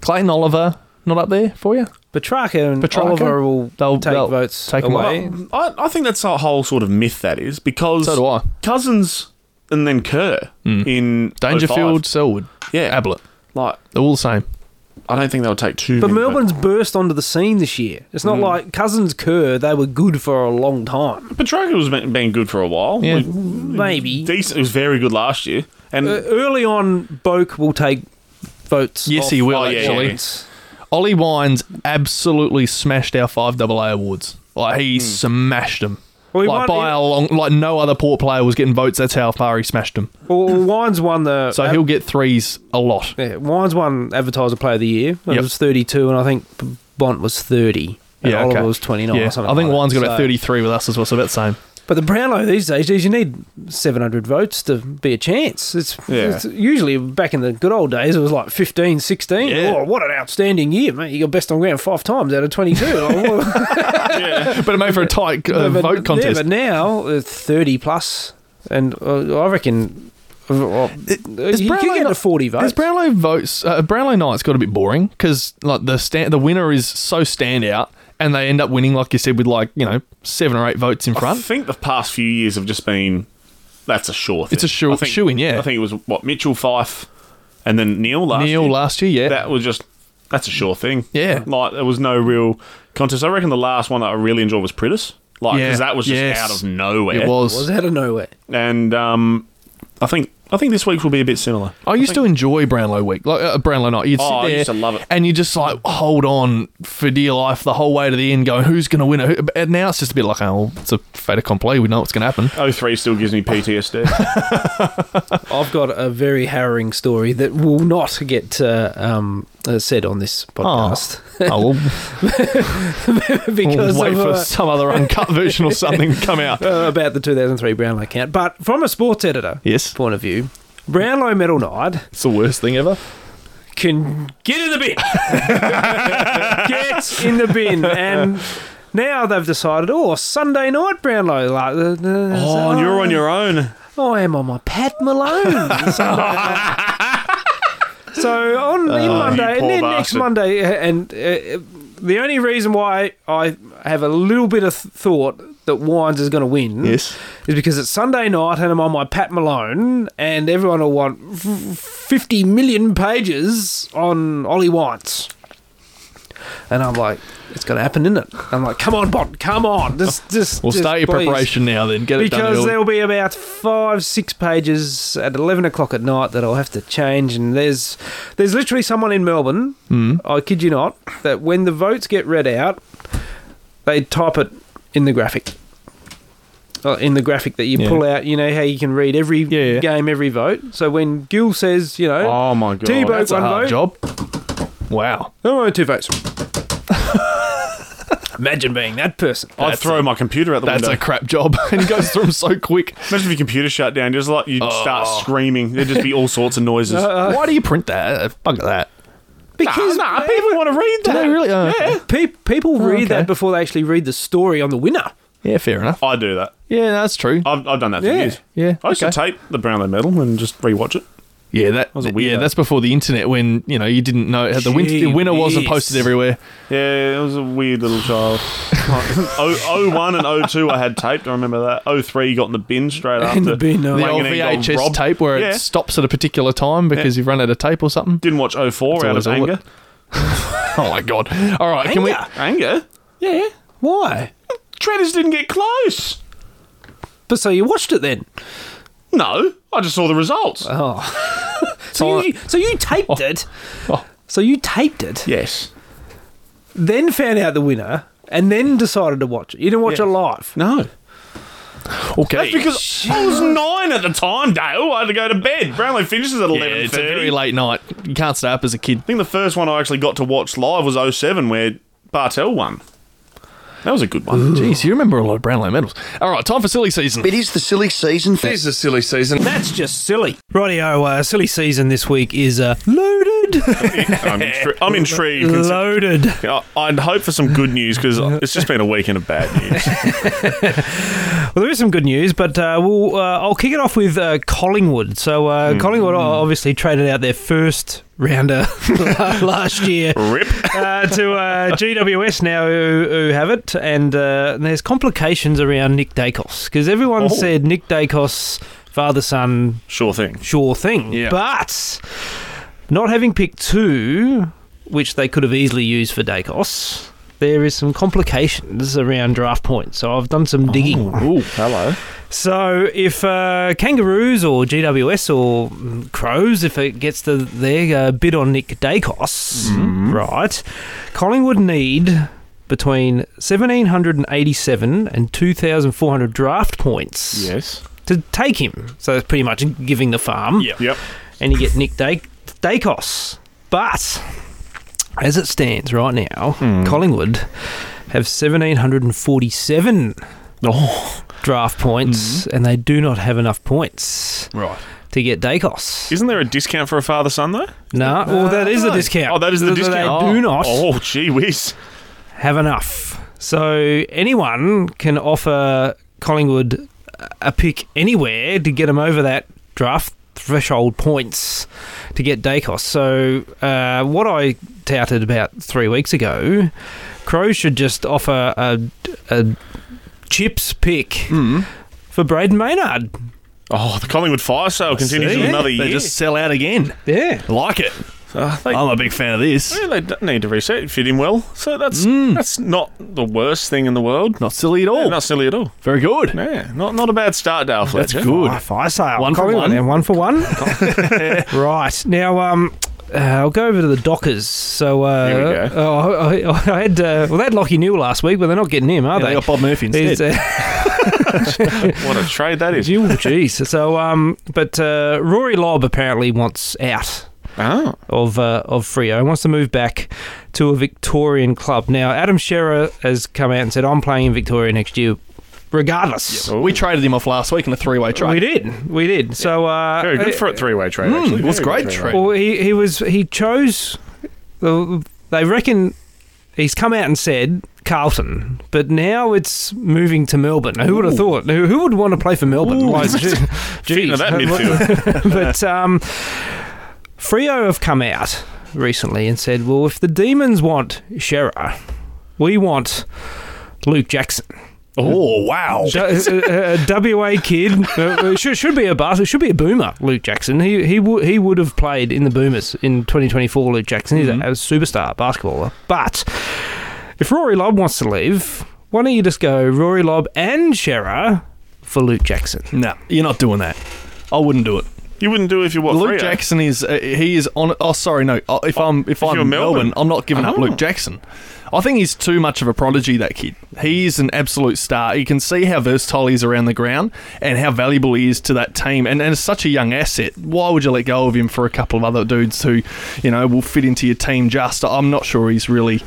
S1: Clayton Oliver, not up there for you?
S3: Petrarca and
S1: Petrarca?
S3: Oliver will
S1: They'll-
S3: take
S1: they'll
S3: votes
S1: take 'em
S3: away.
S2: I, I think that's a whole sort of myth that is because
S1: Mm. So do I. Mm.
S2: Cousins and then Kerr in 05.
S1: Dangerfield, Selwood,
S2: yeah,
S1: Ablett.
S2: Like
S1: They're all the same.
S2: I don't think they'll take two.
S3: But Melbourne's burst onto the scene this year. It's
S1: Mm.
S3: not like Cousins Kerr, they were good for a long time.
S2: Petrarca was been, been good for a while.
S1: Yeah.
S2: Like,
S3: Maybe.
S2: decent. It was very good last year. And
S3: Uh, early on, Boke will take votes.
S1: Yes,
S3: off
S1: he will,
S3: all
S2: actually.
S3: points.
S1: Ollie Wines absolutely smashed our five AA awards. Like he smashed them.
S3: Well, he
S1: like
S3: might-
S1: by a long, like no other port player was getting votes. That's how far he smashed them.
S3: Well, Wines won the.
S1: So he'll get threes a lot.
S3: Yeah, Wines won Advertiser Player of the Year. It
S1: Yep.
S3: was 32, and I think B- Bont was 30. And
S1: Yeah,
S3: Oliver
S1: okay.
S3: was 29
S1: yeah,
S3: or something.
S1: I think
S3: like
S1: Wine's
S3: that.
S1: got about
S3: So-
S1: thirty-three with us as well. So about the same.
S3: But the Brownlow these days, geez, you need 700 votes to be a chance. It's,
S2: Yeah.
S3: it's usually back in the good old days, it was like 15, 16.
S1: Yeah.
S3: Oh, what an outstanding year, mate. You got best on ground five times out
S1: <laughs>
S3: of 22. Oh,
S1: But it made for a tight uh,
S3: well, <laughs> but-
S1: vote
S3: Yeah,
S1: contest.
S3: but now, uh, 30 plus, and uh, I reckon. Uh,
S1: is
S3: you
S1: Brownlow
S3: can get to
S1: not-
S3: 40
S1: His
S3: votes.
S1: Brownlow votes, uh, Brownlow night's got a bit boring because like the stand, the winner is so standout, and they end up winning, like you said, with like you know seven or eight votes in
S2: I
S1: front.
S2: think the past few years have just been that's a sure. Thing.
S1: It's a sure-
S2: I think-
S1: shoo-in, yeah.
S2: I think it was what Mitchell Fife, and then Neil last.
S1: Neil
S2: year.
S1: last year, yeah,
S2: that was just that's a sure thing.
S1: Yeah.
S2: like there was no real contest. I reckon the last one that I really enjoyed was Prittis. Like,
S1: Yeah.
S2: because that was just
S1: Yes.
S2: out of nowhere.
S1: it was.
S3: was out of nowhere.
S2: and um, I think I think this week will be a bit similar.
S1: I used to enjoy Brownlow week, like uh, Brownlow night. You'd sit
S2: Oh, I
S1: there
S2: used to love it.
S1: and you just like hold on for dear life the whole way to the end, going who's going to win it. Who- And now it's just a bit like, oh, it's a fait accompli. We know what's going to happen.
S2: 03 still gives me
S1: <laughs>
S2: PTSD.
S3: I've got a very harrowing story that will not get uh, um, uh, said on this podcast <laughs>
S1: Oh, we'll,
S3: because
S1: we'll wait
S3: of,
S1: for
S3: uh,
S1: some other uncut version or something to come out.
S3: uh, about the 2003 Brownlow count. But from a sports editor
S1: Yes,
S3: point of view, Brownlow Medal Night
S1: it's the worst thing ever.
S3: can get in
S2: <laughs>
S3: the bin. get in the bin. And now they've decided, oh, Sunday night Brownlow. Like, uh, uh,
S2: oh, and you're on your own.
S3: Oh, I am on my Pat
S2: <laughs>
S3: Malone. Sunday night. so on in
S2: Oh, you
S3: Monday, and
S2: poor
S3: then next
S2: bastard.
S3: Monday, uh, and uh, the only reason why I have a little bit of th- thought that Wines is going to win is because it's Sunday night and I'm on my Pat Malone, and everyone will want f- 50 million pages on Ollie Wines. And I'm like, it's going to happen, isn't it? I'm like, come on, Bot, come on. Just, just,
S1: We'll
S3: just
S1: start your
S3: please.
S1: preparation now. Then get it done.
S3: Because
S1: early.
S3: there'll be about five, six pages at 11 o'clock at night that I'll have to change. And there's there's literally someone in Melbourne,
S1: Hmm.
S3: I kid you not, that when the votes get read out, they type it in the graphic. Uh, in the graphic that you
S1: Yeah.
S3: pull out, you know how you can read every
S1: yeah. Um,
S3: game, every vote. So when Gill says, you know,
S2: Oh my god.
S3: Tebow-
S1: That's a
S3: one
S1: hard
S3: vote.
S1: job. Wow.
S3: oh, two votes. <laughs> Imagine being that person.
S2: I'd throw my computer out the
S1: That's a
S2: window.
S1: crap job. <laughs> and he goes through them so quick.
S2: Imagine if your computer shut down. Just like you'd start screaming. There'd just be all sorts of noises.
S1: Why do you print that? Fuck that.
S3: Because
S2: nah, people want to read
S1: Do they really? Uh, yeah.
S3: Pe- Oh, people read
S1: okay.
S3: that before they actually read the story on the winner.
S1: fair enough.
S2: I do that.
S1: Yeah, that's true.
S2: I've, I've done that for
S3: Yeah.
S2: years.
S1: Yeah,
S2: I used
S1: okay.
S2: to tape the Brownlow medal and just rewatch it.
S1: Yeah, that
S2: was a
S1: Yeah,
S2: weirdo.
S1: that's before the internet when you know you didn't know the, win- the
S3: Gee
S1: winner wasn't
S3: whiz.
S1: posted everywhere.
S2: Yeah, it was a weird little <laughs> child. oh, 01 and 02 I had taped. I remember that. 03 got in the bin straight after.
S3: In the bin, no.
S1: The
S3: Like
S1: old
S2: Wangan and got
S1: VHS
S2: robbed.
S1: tape where
S2: Yeah.
S1: it stops at a particular time because you've run out of tape or something. <laughs>
S2: Didn't watch 04 out
S1: always
S2: of
S1: all it-
S2: anger.
S1: Oh my god! All right, can we?
S3: Anger.
S2: Anger?
S3: Yeah. Why?
S2: Treaders didn't get close.
S3: But so you watched it then?
S2: No, I just saw the results.
S3: Oh. so,
S1: Oh.
S3: you, so you taped it.
S1: Oh.
S3: So you taped it,
S2: yes.
S3: then found out the winner, and then decided to watch it. You didn't watch
S2: Yeah.
S3: it live.
S2: No.
S1: Okay,
S2: That's because I was nine at the time, Dale. I had to go to bed. Brownlow finishes at
S1: yeah,
S2: eleven
S1: it's a
S2: thirty.
S1: very
S2: I
S1: late night. You can't stay up as a kid.
S2: think the first one I actually got to watch live was 07 where Bartel won. That was a good one.
S1: <laughs> Jeez, you remember a lot of Brownlow medals. All right, time for silly season.
S4: It is the silly season.
S1: is a silly season.
S3: That's just silly. Rightio, uh, silly season this week is uh, <laughs> loaded.
S2: I'm, intri- I'm intrigued. consi-
S3: loaded.
S2: I- I'd hope for some good news because it's just been a weekend of bad news.
S1: <laughs>
S3: Well, there is some good news, but uh, we'll, uh, I'll kick it off with uh, Collingwood. So uh, Collingwood obviously traded out their first rounder <laughs> last year
S2: Rip.
S3: uh, to uh, GWS now who, who have it, and uh, there's complications around Nick Dacos because everyone
S2: Oh.
S3: said Nick Dacos father son
S2: Sure thing.
S3: sure thing,
S2: Yeah.
S3: but not having pick two, which they could have easily used for Dacos. There is some complications around draft points, so I've done some digging.
S2: Oh, Ooh, hello.
S3: So if uh, kangaroos or GWS or mm, crows, if it gets to their uh, bid on Nick Dacos,
S2: Mm-hmm.
S3: right? Collingwood need between seventeen hundred and eighty-seven and two thousand four hundred draft points
S2: Yes.
S3: to take him. So it's pretty much giving the farm,
S2: Yep. Yep.
S3: and you get Nick da- Dacos. But as it stands right now,
S2: Hmm.
S3: Collingwood have seventeen hundred and forty-seven
S2: Oh, Hmm.
S3: draft points, and they do not have enough points
S2: right.
S3: to get Dacos.
S2: Isn't there a discount for a father son though?
S3: no, well, that is the discount.
S2: Uh, Oh, that is the
S3: They-
S2: discount.
S3: They do not
S2: Oh, gee whiz.
S3: have enough. So anyone can offer Collingwood a pick anywhere to get them over that draft threshold points to get Dacos. So uh, what I touted about three weeks ago, Crow should just offer a, a chips pick for Braden Maynard.
S2: Oh, the Collingwood fire sale continues
S3: see.
S2: another
S1: They
S2: year.
S1: just sell out again.
S3: Yeah.
S1: Like it.
S2: Uh, they,
S1: I'm a big fan of this.
S2: yeah, they don't need to reset. It fit him well. So that's
S1: Hmm.
S2: that's not the worst thing in the world.
S1: Not silly at all.
S2: Yeah, not silly at all.
S1: Very good.
S2: Yeah, not not a bad start, Dale
S1: That's
S2: Fletcher.
S1: good.
S3: Oh, fire sale.
S1: One for
S3: Collingwood
S1: one.
S3: And one
S1: <laughs>
S3: for one. <laughs> right. Now, um, uh, I'll go over to the Dockers. So, uh,
S2: Here we go.
S3: oh, I, I, I had, uh, well, they had Lockie Newell last week, but they're not getting him, are
S1: Yeah, they
S3: they?
S1: got Bob Murphy
S3: <laughs> He's,
S1: instead.
S3: uh,
S2: What a trade
S1: <laughs>
S2: that is.
S3: Jew- Jeez. So, um, but uh, Rory Lobb apparently wants out
S2: Oh,
S3: of uh, of Frio. He wants to move back to a Victorian club. Now, Adam Shearer has come out and said, "I'm playing in Victoria next year, regardless."
S1: we traded him off last week in a three-way trade.
S3: We did, we did. So, uh,
S2: very good
S3: it-
S2: for a three-way trade. actually.
S1: Hmm, it was
S2: Very
S1: great
S2: good
S1: trade.
S3: Well, he he was he chose. the- They reckon he's come out and said Carlton, but now it's moving to Melbourne. Now, who would have thought? Who, who would want to play for Melbourne? Like, gee-
S2: Fit into
S3: geez. <laughs>
S1: <laughs>
S2: that midfield.
S3: but um, Frio have come out recently and said, "Well, if the Demons want Shearer, we want." Luke Jackson,
S1: Oh wow!
S3: a, a, uh, a WA kid, Uh, should, should be a bas- should be a boomer. Luke Jackson, he he would he would have played in the Boomers in 2024. Luke Jackson, he's
S2: Mm-hmm.
S3: a, a superstar basketballer. But if Rory Lobb wants to leave, why don't you just go Rory Lobb and Shearer for Luke Jackson?
S1: No, you're not doing that. I wouldn't do it.
S2: You wouldn't do it if you were eh?
S1: Luke
S2: Freo.
S1: Jackson is uh, he is on. Oh, sorry, no. Uh, If I'm if,
S2: you're
S1: I'm Melbourne,
S2: Melbourne.
S1: I'm not giving up
S2: Oh.
S1: Luke Jackson. I think he's too much of a prodigy. That kid. He is an absolute star. You can see how versatile he is around the ground and how valuable he is to that team. And and it's such a young asset. Why would you let go of him for a couple of other dudes who, you know, will fit into your team? Just I'm not sure he's really,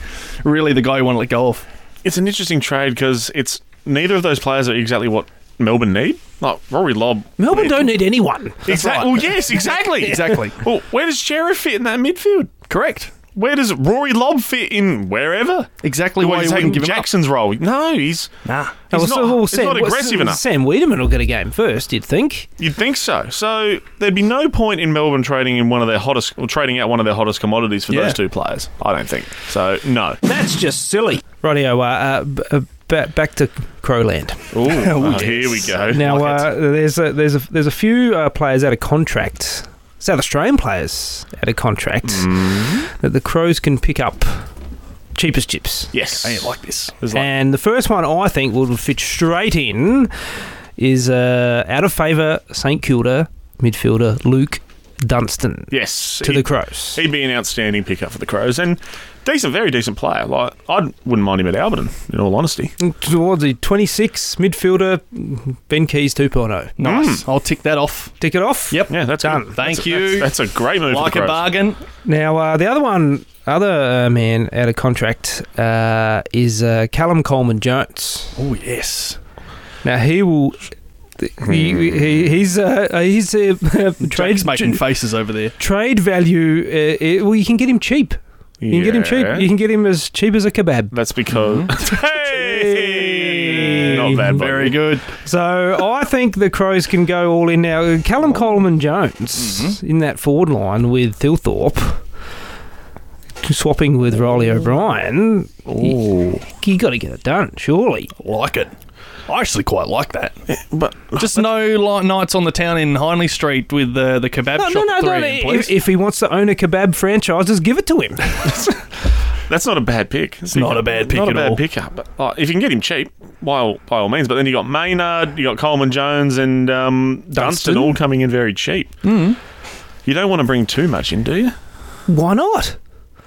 S1: really the guy you want to let go of.
S2: It's an interesting trade because it's neither of those players are exactly what Melbourne need. Like Rory Lobb.
S3: Melbourne don't need anyone.
S2: Exactly.
S1: right.
S2: Well, yes, exactly.
S1: <laughs> Exactly.
S2: Well, where does Sheriff fit in that midfield?
S1: Correct.
S2: Where does Rory Lobb fit in wherever?
S1: Exactly
S2: Why
S1: why
S2: are
S1: you
S2: you
S1: wouldn't
S2: taking
S1: give him up.
S2: Jackson's role? No, he's
S1: Nah.
S2: he's
S3: Well,
S2: not,
S3: well,
S2: he's not
S3: well,
S2: aggressive
S3: Sam,
S2: enough.
S3: Sam Wiedemann will get a game first, you'd think.
S2: You'd think so. So there'd be no point in Melbourne trading in one of their hottest, or trading out one of their hottest commodities for
S1: Yeah.
S2: those two players. I don't think so.
S1: <laughs>
S2: No.
S3: That's just silly. Rightio, uh, uh, b- uh, ba- back to Crowland.
S1: <laughs>
S2: Ooh, oh, here we go.
S3: <laughs> Now,
S2: Like it.
S3: uh, there's a, there's a, there's a few uh, players out of contract, South Australian players out of contract
S2: Mm-hmm.
S3: that the Crows can pick up cheapest chips.
S2: yes,
S1: I ain't like this.
S2: There's like-
S3: and the first one I think will fit straight in is uh, out of favour St Kilda midfielder Luke Dunstan
S2: yes,
S3: to
S2: he-
S3: the Crows.
S2: He'd be an outstanding pickup for the Crows and decent, very decent player. Like I wouldn't mind him at Alberton, in all honesty.
S3: Towards the 26 midfielder Ben Keys 2.0.
S2: Mm.
S1: Nice. I'll tick that off.
S3: Tick it off.
S1: Yep.
S2: Yeah, that's
S3: Done.
S2: good.
S1: Thank
S2: That's a-
S1: you.
S2: that's, that's a great move.
S1: like
S2: for the
S1: a
S2: Crows.
S1: bargain.
S3: Now, uh, the other one, other uh, man out of contract uh, is uh, Callum Coleman Jones.
S1: Oh yes.
S3: Now, he will. He, he, he's uh, uh, he's uh, trade
S1: Jack's making faces over there.
S3: trade value. Uh, it, well, you can get him cheap. You can get him
S2: Yeah.
S3: cheap. You can get him as cheap as a kebab.
S2: That's because. <laughs> hey! Not bad,
S1: Mm-hmm. Very
S2: buddy.
S1: good.
S3: So I think the Crows can go all in now. Callum Coleman Jones in that forward line with Thilthorpe, swapping with Riley O'Brien.
S1: Ooh,
S3: You got to get it done, surely.
S1: like it. I actually quite like that.
S2: But
S1: Just no light nights on the town in Hindley Street with the the kebab
S3: No,
S1: shop.
S3: no, no,
S1: three
S3: no.
S1: in, please.
S3: If, if he wants to own a kebab franchise, just give it to him.
S2: that's not a bad pick. It's
S1: not a bad pick
S2: Not a
S1: at
S2: bad
S1: all.
S2: pickup. But, like, if you can get him cheap, by all, by all means. But then you got Maynard, you got Coleman Jones, and um, Dunstan
S3: Dunstan.
S2: all coming in very cheap. Mm.
S1: Mm-hmm.
S2: You don't want to bring too much in, do you?
S3: <laughs> Why not?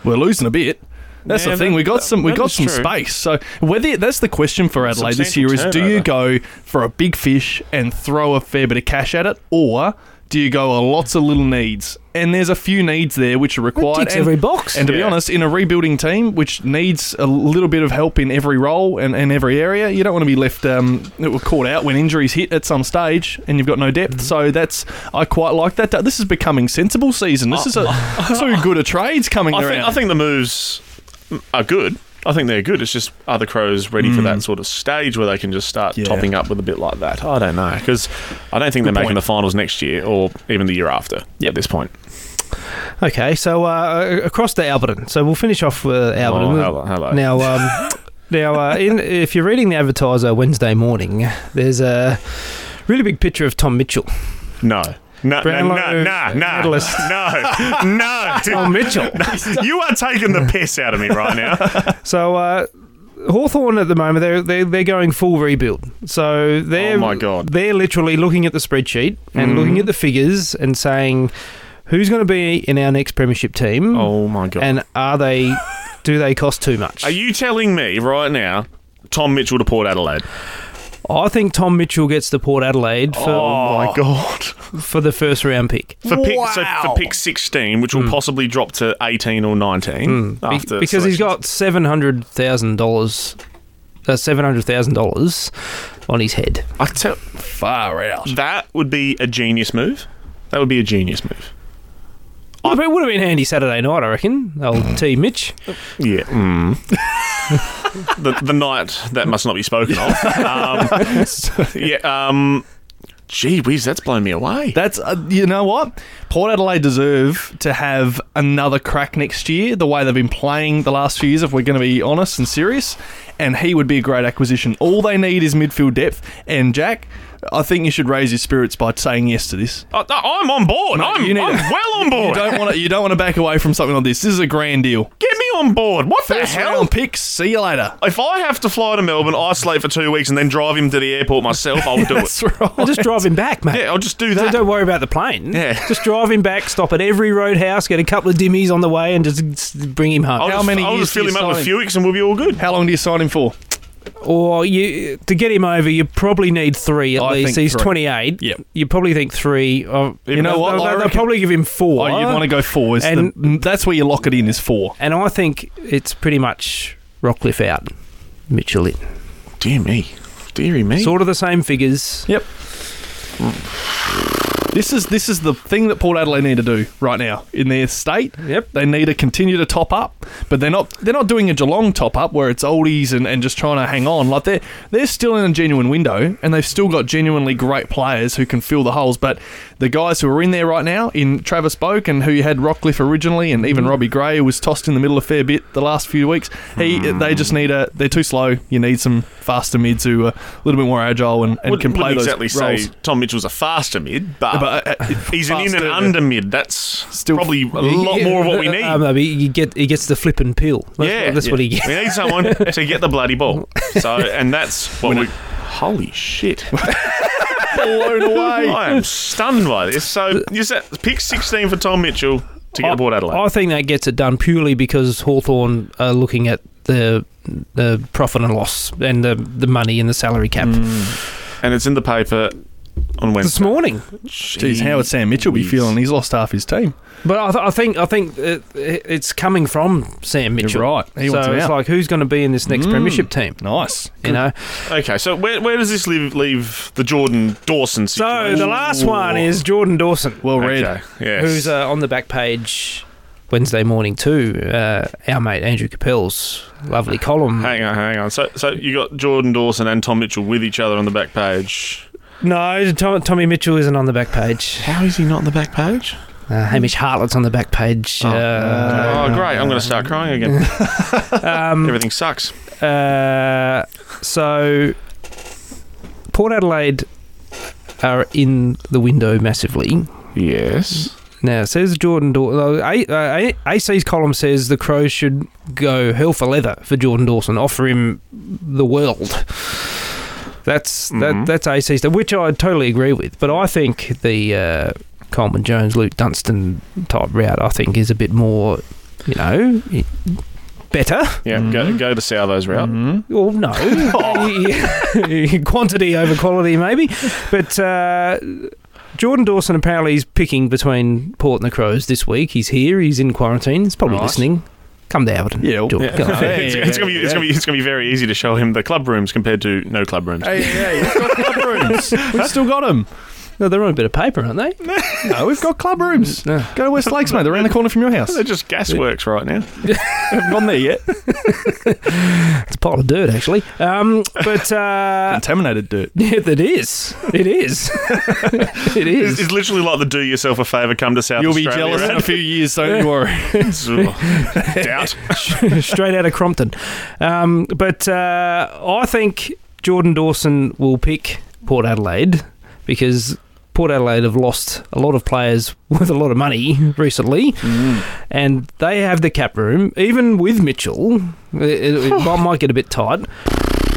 S1: We're losing a bit. That's
S2: Yeah,
S1: the thing.
S2: that-
S1: we got some. We
S2: that
S1: got
S2: is
S1: some
S2: true.
S1: space. So whether that's the question for Adelaide this year
S2: Substantial
S1: is: Do you go for a big fish and throw a fair bit of cash at it, or do you go a lots of little needs? And there's a few needs there which are required.
S3: Ticks
S1: and-
S3: every box.
S1: And to be
S2: Yeah.
S1: honest, in a rebuilding team which needs a little bit of help in every role and, and every area, you don't want to be left um, caught out when injuries hit at some stage and you've got no depth. So that's I quite like that. This is becoming sensible season. This is a, too good a trades coming
S2: I
S1: around.
S2: think, I think the moves are good. I think they're good. It's just are the Crows ready for that sort of stage where they can just start
S1: Mm. Yeah.
S2: topping up with a bit like that? I don't know because I don't think they're making
S1: point.
S2: the finals next year or even the year after. At this point,
S3: Okay, so uh, across to Alberton. So we'll finish off with uh, Alberton.
S2: Oh, hello, hello.
S3: Now, um, now, uh, in, if you're reading the advertiser Wednesday morning, there's a really big picture of Tom Mitchell.
S2: no. No, no,
S3: Brownlow
S2: no, no, no,
S3: medalist.
S2: no, no,
S3: Oh,
S2: <laughs> dude.
S3: Mitchell.
S2: You are taking the piss out of me right now.
S3: So uh, Hawthorn at the moment they're, they're they're going full rebuild. So they're
S2: Oh my God. Mm-hmm.
S3: they're literally looking at the spreadsheet and looking at the figures and saying who's going to be in our next premiership
S2: <laughs>
S3: team
S2: Oh my god.
S3: and
S2: <laughs>
S3: are they do they cost too much?
S2: Are you telling me right now, Tom Mitchell to Port Adelaide?
S3: I think Tom Mitchell gets to Port Adelaide for
S2: Oh my god!
S3: for the first round pick.
S2: For pick, so
S1: Wow.
S2: for pick sixteen, which will possibly drop to eighteen or nineteen
S3: Be-
S2: after
S3: because he's got seven hundred thousand dollars, uh, seven hundred thousand dollars on his head.
S2: I tell,
S1: Far out.
S2: that would be a genius move. That would be a genius move.
S3: Well, it would have been handy Saturday night, I reckon. Old T Mitch.
S2: Yeah. Hmm. <laughs> the the night that must not be spoken of. <laughs>
S1: <laughs>
S2: Um, yeah. Um, gee whiz, that's blown me away.
S1: That's uh, you know what Port Adelaide deserve to have another crack next year. The way they've been playing the last few years, if we're going to be honest and serious, and he would be a great acquisition. All they need is midfield depth. And Jack, I think you should raise your spirits by saying yes to this.
S2: I, Oh, I'm on board.
S1: Mate,
S2: I'm,
S1: you need
S2: I'm
S1: to-
S2: well
S1: <laughs>
S2: on
S1: You
S2: board.
S1: don't want to. You don't want to back away from something like this. This is a grand deal.
S2: Get me on board. What the
S1: First
S2: hell?
S1: round picks. See you later. <laughs>
S2: If I have to fly to Melbourne, isolate for two weeks, and then drive him to the airport myself, I'll do
S1: <laughs>
S2: it.
S1: That's right.
S3: Just drive him back, mate.
S2: Yeah, I'll just do
S3: Don't-
S2: that.
S3: Don't worry about the plane.
S2: Yeah.
S3: Just drive him back, stop at every roadhouse, get a couple of dimmies on the way, and just s- bring him home.
S2: I'll
S1: How
S2: just,
S1: many
S2: I'll
S1: years
S2: just
S1: do
S2: fill
S1: you
S2: him up with
S1: sign?
S2: Fuix and we'll be all good.
S1: How long do you sign him for?
S3: Or you to get him over, you probably need three at
S1: I
S3: least.
S1: think
S3: He's
S1: three.
S3: 28.
S1: Yep.
S3: You probably think three. Of,
S1: You know what,
S3: They'll,
S1: I
S3: they'll
S1: reckon-
S3: probably give him
S1: Oh,
S3: four.
S1: you'd want to go four. Is
S3: And-
S1: the, that's where you lock it in. Is four.
S3: And I think it's pretty much Rockcliffe out, Mitchell in.
S2: Dear me. Deary me.
S3: Sort of the same figures.
S1: Yep. This is this is the thing that Port Adelaide need to do right now in their state.
S3: Yep.
S1: They need to continue to top up, but they're not they're not doing a Geelong top up where it's oldies and, and just trying to hang on. Like they're they're still in a genuine window and they've still got genuinely great players who can fill the holes. But the guys who are in there right now, in Travis Boak and who you had Rockcliffe originally and even Robbie Gray who was tossed in the middle a fair bit the last few weeks, he they just need a they're too slow. You need some faster mids who are a little bit more agile and, and
S2: Wouldn't-
S1: can play
S2: wouldn't
S1: those
S2: exactly
S1: roles.
S2: say Tom Mitchell's a faster mid, but,
S1: But, uh, uh,
S2: he's an in and
S1: faster-
S2: under mid. That's
S1: Still-
S2: still probably a lot more of what we need.
S3: <laughs> Um, no, but you get he gets the flip and peel. That's,
S2: yeah,
S3: that's what he gets.
S2: We need
S3: <laughs>
S2: someone to get the bloody ball. So, and that's what we. Holy
S3: <laughs>
S2: shit!
S1: blown away.
S2: I am stunned by this. So, you said pick sixteen for Tom Mitchell to get aboard Adelaide.
S3: I think that gets it done purely because Hawthorn are looking at the the profit and loss and the the money and the salary cap
S1: Mm.
S2: and it's in the paper on
S3: this
S2: Wednesday.
S3: morning.
S1: Jeez, how would Sam Mitchell be
S2: Jeez.
S1: feeling? He's lost half his team.
S3: But I, th- I think I think it, it's coming from Sam Mitchell.
S1: right. He
S3: so
S1: wants him
S3: it's
S1: out. Mm.
S3: like who's going to be in this next premiership team?
S1: Nice.
S3: You know.
S2: Okay, so where, where does this leave, leave the Jordan Dawson
S3: So
S2: situation?
S3: the last one is Jordan Dawson,
S1: Well read.
S2: okay, yes.
S3: who's uh, on the back page Wednesday morning too. Uh, our mate Andrew Capel's lovely column.
S2: Hang on, hang on. So, so you got Jordan Dawson and Tom Mitchell with each other on the back page.
S3: No, Tom, Tommy Mitchell isn't on the back page.
S2: How is he not on the back page?
S3: Uh, Hamish Hartlett's on the back page. Uh,
S2: oh, great! I'm going to start
S1: <laughs>
S2: crying again.
S3: <laughs> um,
S2: Everything sucks.
S3: uh, so, Port Adelaide are in the window massively.
S2: Yes.
S3: Now, it says Jordan Dawson. A- uh, A- AC's column says the Crows should go hell for leather for Jordan Dawson, offer him the world. That's
S2: Mhm.
S3: that, that's AC's, stuff, which I totally agree with. But I think the uh, Coleman Jones, Luke Dunstan type route, I think, is a bit more, you know, i- better.
S2: Yeah.
S1: Mm-hmm.
S2: Go, go to Salvo's route.
S3: Well,
S1: <laughs>
S3: no. <laughs> Quantity over quality, maybe. But uh, Jordan Dawson apparently is picking between Port and the Crows this week. He's here. He's in quarantine. He's probably
S2: Right.
S3: listening. Come to Alberton.
S1: Yeah, well-
S3: Jordan,
S1: Yeah.
S3: come on.
S1: Hey,
S2: it's, it's gonna be it's gonna be it's gonna be very easy to show him the club rooms compared to no club rooms.
S1: Hey, hey, we've got <laughs> club rooms. We've still got them.
S3: No, they're on a bit of paper, aren't they?
S1: No, we've got club rooms.
S3: No.
S1: Go to West Lakes, mate. They're around the corner from your house.
S2: They're just gasworks right now.
S1: haven't gone there yet.
S3: It's a pile of dirt, actually. Um,
S1: <laughs>
S3: but uh, <laughs>
S1: Contaminated dirt.
S3: it is. It is. <laughs>
S2: It's,
S3: it is.
S2: it's literally like the do yourself a favour, come to South
S1: You'll be
S2: Australia.
S1: jealous in a few years, don't you worry.
S2: <laughs> jealous.
S1: <laughs>
S2: Doubt.
S3: <laughs> Straight out of Crompton. Um, but uh, I think Jordan Dawson will pick Port Adelaide because Port Adelaide have lost a lot of players <laughs> with a lot of money recently,
S1: Mm-hmm.
S3: and they have the cap room. Even with Mitchell, it, it, it might get a bit tight.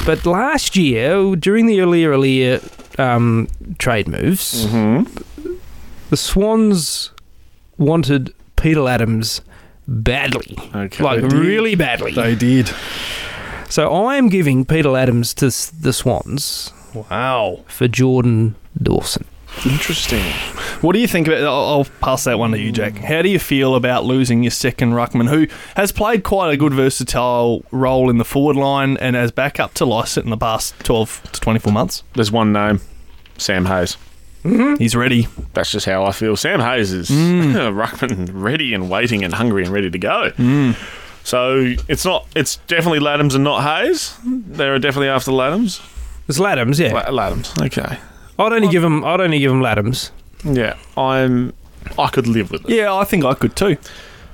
S3: But last year, during the earlier earlier um, trade moves,
S2: Mm. Mm-hmm.
S3: the Swans wanted Peter Adams badly,
S2: Okay.
S3: like
S1: They did.
S3: really badly.
S1: <laughs> They did.
S3: So I am giving Peter Adams to s- the Swans
S1: Wow.
S3: for Jordan Dawson.
S2: Interesting.
S1: What do you think about? I'll, I'll pass that one to you, Jack. How do you feel about losing your second ruckman, who has played quite a good versatile role in the forward line and as backup to Lysett in the past twelve to twenty-four months?
S2: There's one name, Sam Hayes.
S1: He's ready.
S2: That's just how I feel. Sam Hayes is
S1: Mm.
S2: <laughs> ruckman ready and waiting and hungry and ready to go. So it's not. It's definitely Laddams and not Hayes. They're definitely after Laddams.
S3: It's Laddams, yeah.
S2: La- Laddams. Okay.
S3: I'd only give him. I'd only give him Laddams.
S2: Yeah. I'm. I could live with it.
S1: Yeah, I think I could too.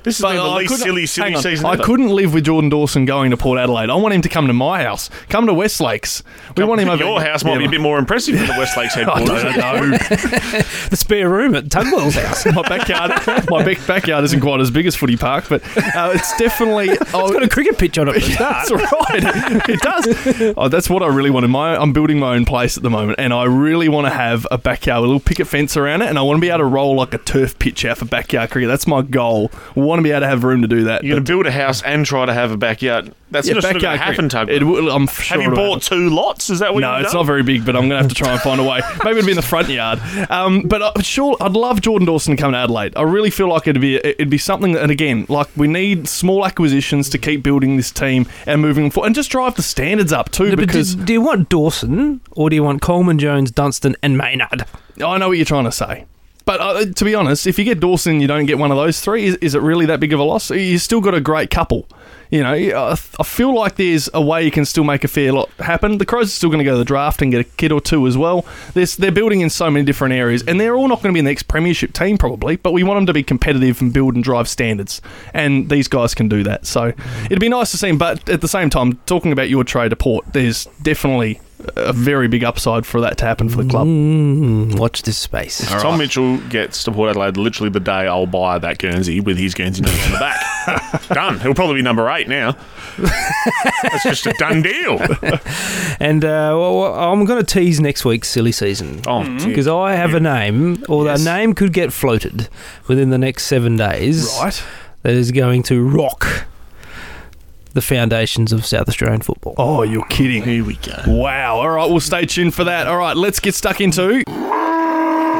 S2: This has been the least
S1: couldn't-
S2: silly, silly
S1: hang on.
S2: season.
S1: I
S2: ever.
S1: couldn't live with Jordan Dawson going to Port Adelaide. I want him to come to my house. Come to Westlakes. We want him over
S2: Your house might be a bit more impressive than the
S1: <laughs>
S2: Westlakes
S1: I
S2: headquarters.
S1: don't know. <laughs>
S3: The spare room at Tugwell's house.
S1: my backyard, my back, backyard isn't quite as big as Footy Park, but uh, it's
S2: <laughs>
S1: definitely. Oh,
S3: Got a cricket pitch on it.
S1: <laughs>
S3: for a start.
S1: that's right. It does. Oh, that's what I really wanted. My, I'm building my own place at the moment, and I really want to have a backyard, with a little picket fence around it, and I want to be able to roll like a turf pitch out for backyard cricket. That's my goal. I want to be able to have room to do that.
S2: You're going to build a house and try to have a backyard. That's
S1: yeah,
S2: just not going
S1: backyard
S2: to happen,
S1: cricket.
S2: Tug.
S1: It will, I'm sure
S2: have you
S1: it'll happen.
S2: bought two lots? Is that what
S1: No,
S2: you've
S1: it's
S2: done?
S1: not very big, but I'm going to have to try and find a
S2: <laughs>
S1: way. Maybe it'd be in the front yard. Um, but I, sure, I'd love Jordan Dawson to come to Adelaide. I really feel like it'd be it'd be something. And again, like we need small acquisitions to keep building this team and moving forward, and just drive the standards up too.
S3: But do,
S1: because
S3: do you want Dawson or do you want Coleman, Jones, Dunstan, and Maynard?
S1: I know what you're trying to say. But uh, to be honest, if you get Dawson, you don't get one of those three. Is, is it really that big of a loss? You still got a great couple. You know, I, I feel like there's a way you can still make a fair lot happen. The Crows are still going to go to the draft and get a kid or two as well. There's, they're building in so many different areas, and they're all not going to be in the next Premiership team probably. But we want them to be competitive and build and drive standards, and these guys can do that. So it'd be nice to see. 'em, But at the same time, talking about your trade to Port, there's definitely a very big upside for that to happen for the club.
S3: Mm, watch this space.
S2: Tom Mitchell gets to Port Adelaide literally the day I'll buy that Guernsey with his Guernsey number on the
S3: <laughs>
S2: back. done. He'll probably be number eight now. That's just a done
S3: <laughs>
S2: deal.
S3: And uh, well, well, I'm going to tease next week's silly season.
S2: Oh, dear.
S3: Because I have a name, or
S1: Yes.
S3: a name could get floated within the next seven days
S1: Right.
S3: that is going to rock the foundations of South Australian football.
S1: Oh, you're kidding.
S2: here we go.
S1: Wow. All right, we'll stay tuned for that. All right, let's get stuck into.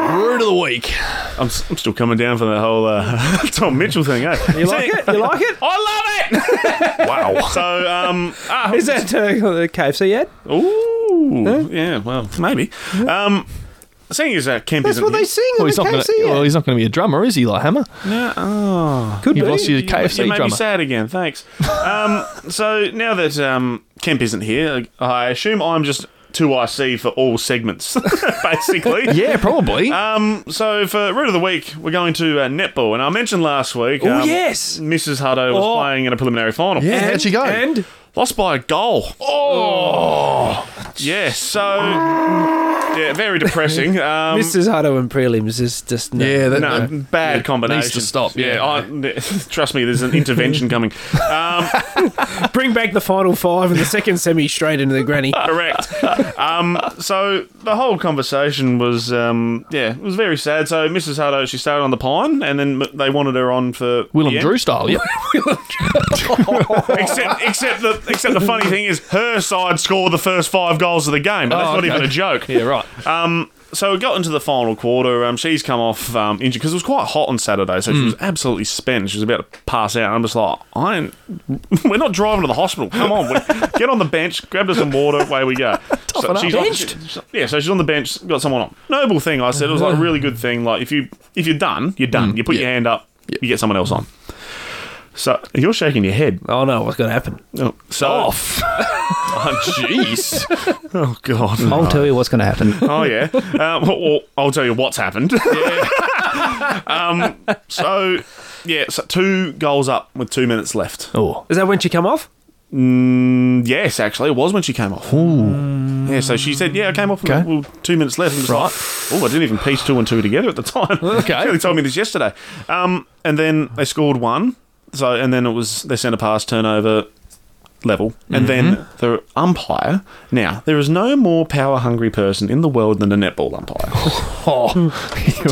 S1: Root of the week.
S2: I'm, s- I'm still coming down from the whole uh, <laughs> Tom Mitchell thing, eh?
S3: You like it? You like it?
S2: I love
S3: <laughs>
S2: it! wow. So, um, ah,
S3: Is that uh, <laughs> KFC yet?
S2: Ooh, yeah, well, maybe. Um, seeing as uh, Kemp
S3: That's
S2: isn't
S3: what they
S2: here-
S3: sing
S1: Well,
S3: in
S1: he's
S3: the
S1: not going
S3: KFC
S1: to. Well,
S3: ad.
S1: he's not going to be a drummer, is he? Like Hammer.
S2: No,
S3: Ah.
S2: oh,
S3: Could
S1: You've
S3: be.
S1: lost your KFC
S2: you made me
S1: drummer.
S2: sad again. Thanks. Um, so now that um, Kemp isn't here, I assume I'm just two IC for all segments, <laughs> basically.
S1: <laughs> Yeah, probably.
S2: Um, so for root of the week, we're going to uh, netball, and I mentioned last week.
S3: Oh,
S2: um,
S3: yes.
S2: Mrs. Hutto was
S3: Oh.
S2: playing in a preliminary final.
S1: yeah, how'd she go?
S3: And
S2: Lost by a goal. Oh,
S1: Oh.
S2: yeah. So yeah,
S1: <laughs>
S2: very depressing. Um,
S3: Mrs. Hutto and prelims is just no.
S1: yeah, that,
S2: no,
S1: that-
S2: bad combination.
S1: needs to stop, yeah.
S2: I, trust me, there's an
S1: <laughs>
S2: intervention coming. Um,
S3: <laughs> Bring back the final five and the second semi straight into
S1: <laughs>
S3: the granny.
S2: correct. Um, so the whole conversation was, um, yeah, it was very sad. So Mrs. Hutto, she started on the pine, and then m- they wanted her on for
S1: Willem
S2: PM.
S1: Drew style. Yep.
S2: Except, except the except the funny thing is, her side scored the first five goals of the game, and that's
S1: Oh,
S2: not
S1: okay.
S2: even a joke.
S1: yeah, right.
S2: Um, so it got into the final quarter. Um, she's come off um, injured because it was quite hot on Saturday, so she was absolutely spent. She was about to pass out. And I'm just like, I ain't, <laughs> we're not driving to the hospital. Come on, we, <laughs> get on the bench, grab us some water, away we <laughs> go.
S1: it
S2: so
S1: up.
S2: she's on-
S3: Benched?
S2: she- yeah, so she's on the bench, got someone on. Noble thing, I said. It was like a really good thing. Like if you if you're done, you're done. you put your hand up, you get someone else on. So you're shaking your head.
S3: Oh no, what's going to happen?
S2: Oh, so <laughs> off. Jeez. <laughs> oh god.
S3: I'll tell you what's going to <laughs> happen.
S1: <laughs>
S2: Oh yeah. Uh, well, well, I'll tell you what's happened. <laughs> um, so yeah, so two goals up with two minutes left.
S1: Oh,
S3: Is that when she come off?
S2: Mm, yes, actually, it was when she came off. Yeah, so she said, "Yeah, I came off."
S1: Mm. Okay.
S2: And, well, two minutes left, and just like, oh, I didn't even piece two and two together at the time. <laughs>
S1: Okay.
S2: Kelly told me this yesterday. Um, and then they scored one. So, and then it was they sent a pass turnover level, and then
S1: Mm-hmm.
S2: the umpire. Now, there is no more power-hungry person in the world than a netball umpire.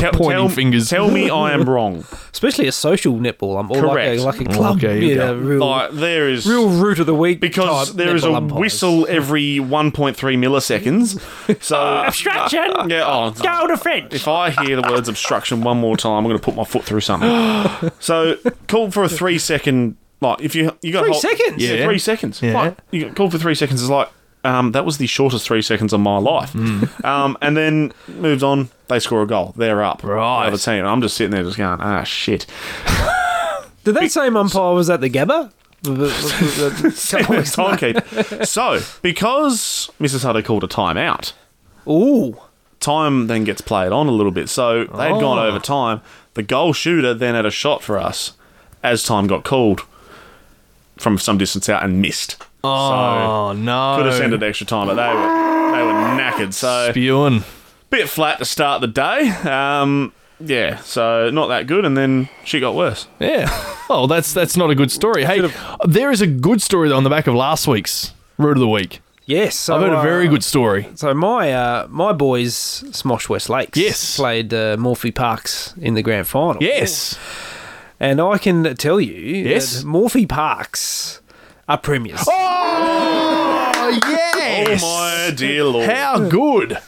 S1: <laughs> You're pointing fingers.
S2: Tell me, I am <laughs> wrong.
S3: Especially a social netball ump, or like a,
S2: Correct.
S3: like a club.
S1: Oh, Okay,
S3: yeah,
S1: yeah.
S3: real,
S2: Like, there is
S3: real root of the week.
S2: because
S3: type
S2: there is
S3: netball
S2: a
S3: umpires.
S2: whistle every 1.3 milliseconds. So
S3: Abstraction.
S2: yeah, oh,
S3: Go to French.
S2: if I hear the words obstruction one more time, I'm going to put my foot through something. so called for a three second like if you you got
S3: Three
S2: hold-
S3: seconds?
S2: yeah,
S1: Yeah.
S2: three seconds
S1: Yeah.
S2: like you got called for three seconds is like um, that was the shortest three seconds of my life. Um, and then moves on. They score a goal. They're up.
S1: Right.
S2: The other team. I'm just sitting there, just going, ah, shit.
S3: Did that same umpire was at
S1: <laughs>
S3: the Gabba? <laughs> Couple
S2: Timekeep. so because Mrs. Hutter called a timeout,
S3: of- Ooh.
S2: time then gets played on a little bit. So they
S1: Oh.
S2: had gone over time. The goal shooter then had a shot for us as time got called from some distance out and missed.
S1: Oh no!
S2: So could have sent it extra time, but they were they were knackered. So
S1: Spewing.
S2: bit flat to start the day. Um, yeah, so not that good, and then she got worse.
S1: Yeah. Oh, that's that's not a good story. Hey, there is a good story on the back of last week's root of the week.
S3: Yes. So,
S1: I've heard a
S3: uh,
S1: very good story.
S3: So my uh, my boys, Smosh West Lakes,
S1: Yes.
S3: played uh, Morphy Parks in the grand final.
S1: Yes.
S3: And I can tell you
S1: Yes.
S3: that Morphy Parks are premiers.
S1: Oh yes!
S2: Oh my dear lord!
S1: How good!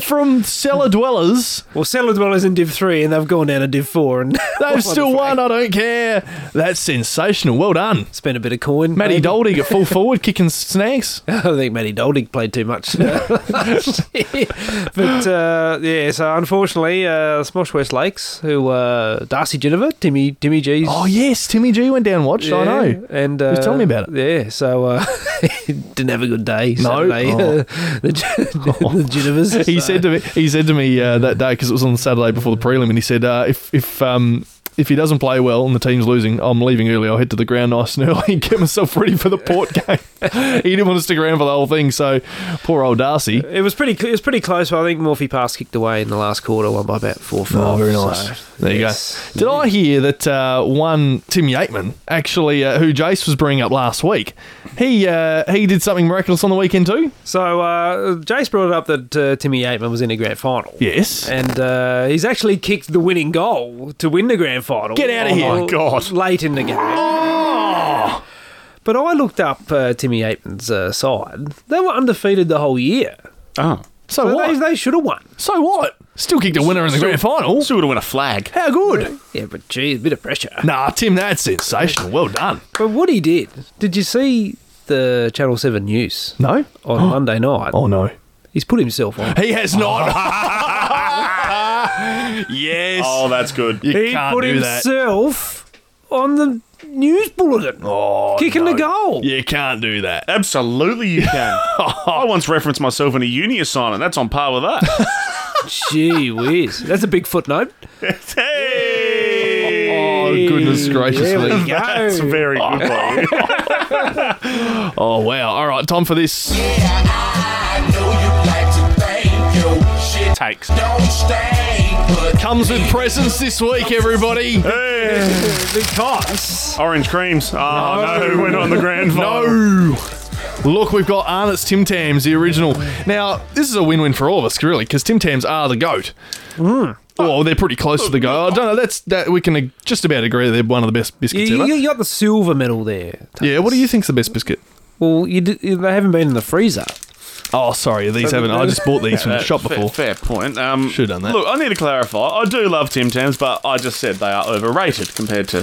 S1: From cellar dwellers,
S3: Well, Settler Dwellers in Div 3 and they've gone down to Div 4 and <laughs>
S1: they've still won. I don't care. That's sensational. Well done,
S3: spent a bit of coin.
S1: Matty
S3: maybe.
S1: Doldig at full forward kicking snags.
S3: <laughs> I think Matty Doldig played too much. <laughs> but uh, yeah, so unfortunately, uh, Smosh West Lakes, who uh, Darcy Jennifer, Timmy Timmy G's.
S1: Oh yes, Timmy G went down and watched. I
S3: yeah,
S1: know.
S3: And uh,
S1: was telling me about
S3: Yeah, so uh, <laughs> didn't have a good day.
S1: No?
S3: Saturday.
S1: Oh.
S3: <laughs> the the Jennifers.
S1: He said to me, he said to me uh, that day because it was on the Saturday before the prelim, and he said uh, if if um, if he doesn't play well and the team's losing, I'm leaving early. I'll head to the ground nice and early and get myself ready for the Port game. <laughs> he didn't want to stick around for the whole thing, so poor old Darcy.
S3: It was pretty. cl- It was pretty close, but I think Morphy Pass kicked away in the last quarter, won by about four.
S1: Oh,
S3: five,
S1: very nice.
S3: so,
S1: there you
S3: yes.
S1: go. Did I hear that uh, one Tim Yateman actually, uh, who Jace was bringing up last week, he uh, he did something miraculous on the weekend too?
S3: So uh, Jace brought up that uh, Timmy Yateman was in a grand final.
S1: Yes.
S3: And uh, he's actually kicked the winning goal to win the grand final.
S1: Get outta
S3: Oh
S1: here.
S2: my God.
S3: Late in the game. Oh. But I looked up uh, Timmy Aitman's uh, side. They were undefeated the whole year.
S2: Oh,
S1: so
S3: So they,
S1: what?
S3: they should have won.
S1: so what? Still kicked a winner in the grand final.
S2: still would have won a flag.
S1: How good?
S3: Yeah, but gee, a bit of pressure.
S1: Nah, Tim, that's sensational. Well done.
S3: But what he did, did you see the Channel 7 news
S1: No?
S3: <gasps> on Monday night?
S1: Oh, no.
S3: He's put himself on.
S1: He has not. yes.
S2: Oh, that's good.
S1: you
S3: He
S1: can't
S3: put
S1: do that.
S3: himself on the news bulletin,
S1: Oh,
S3: kicking the
S1: no.
S3: goal.
S1: You can't do that.
S2: Absolutely, you can. I once referenced myself in a uni assignment. That's on par with that.
S3: Gee whiz. That's a big footnote.
S2: Hey!
S1: Oh, goodness gracious
S3: There
S1: me.
S3: we go.
S2: That's a very good one.
S1: Oh, wow. All right, time for this.
S4: Yeah, I know you like to thank you. Shit
S2: Takes.
S4: don't stay, but
S1: Comes with presents this week, everybody.
S2: Hey!
S3: Because
S2: Orange creams. Oh, no, we're not in the grand final.
S1: No. Look, we've got Arnott's Tim Tams, the original. Now, this is a win-win for all of us, really, because Tim Tams are the goat. Oh, they're pretty close to the goat. I don't know. That's that we can uh, just about agree they're one of the best
S3: you,
S1: biscuits
S3: you,
S1: ever.
S3: you got the silver medal there.
S1: Yeah. What do you think's the best biscuit?
S3: Well, you d they haven't been in the freezer.
S1: Oh, sorry, these haven't. I just bought these from the
S2: Uh,
S1: shop
S2: fair-
S1: before.
S2: Fair, point. Um,
S1: Should've done that.
S2: Look, I need to clarify. I do love Tim Tams, but I just said they are overrated compared to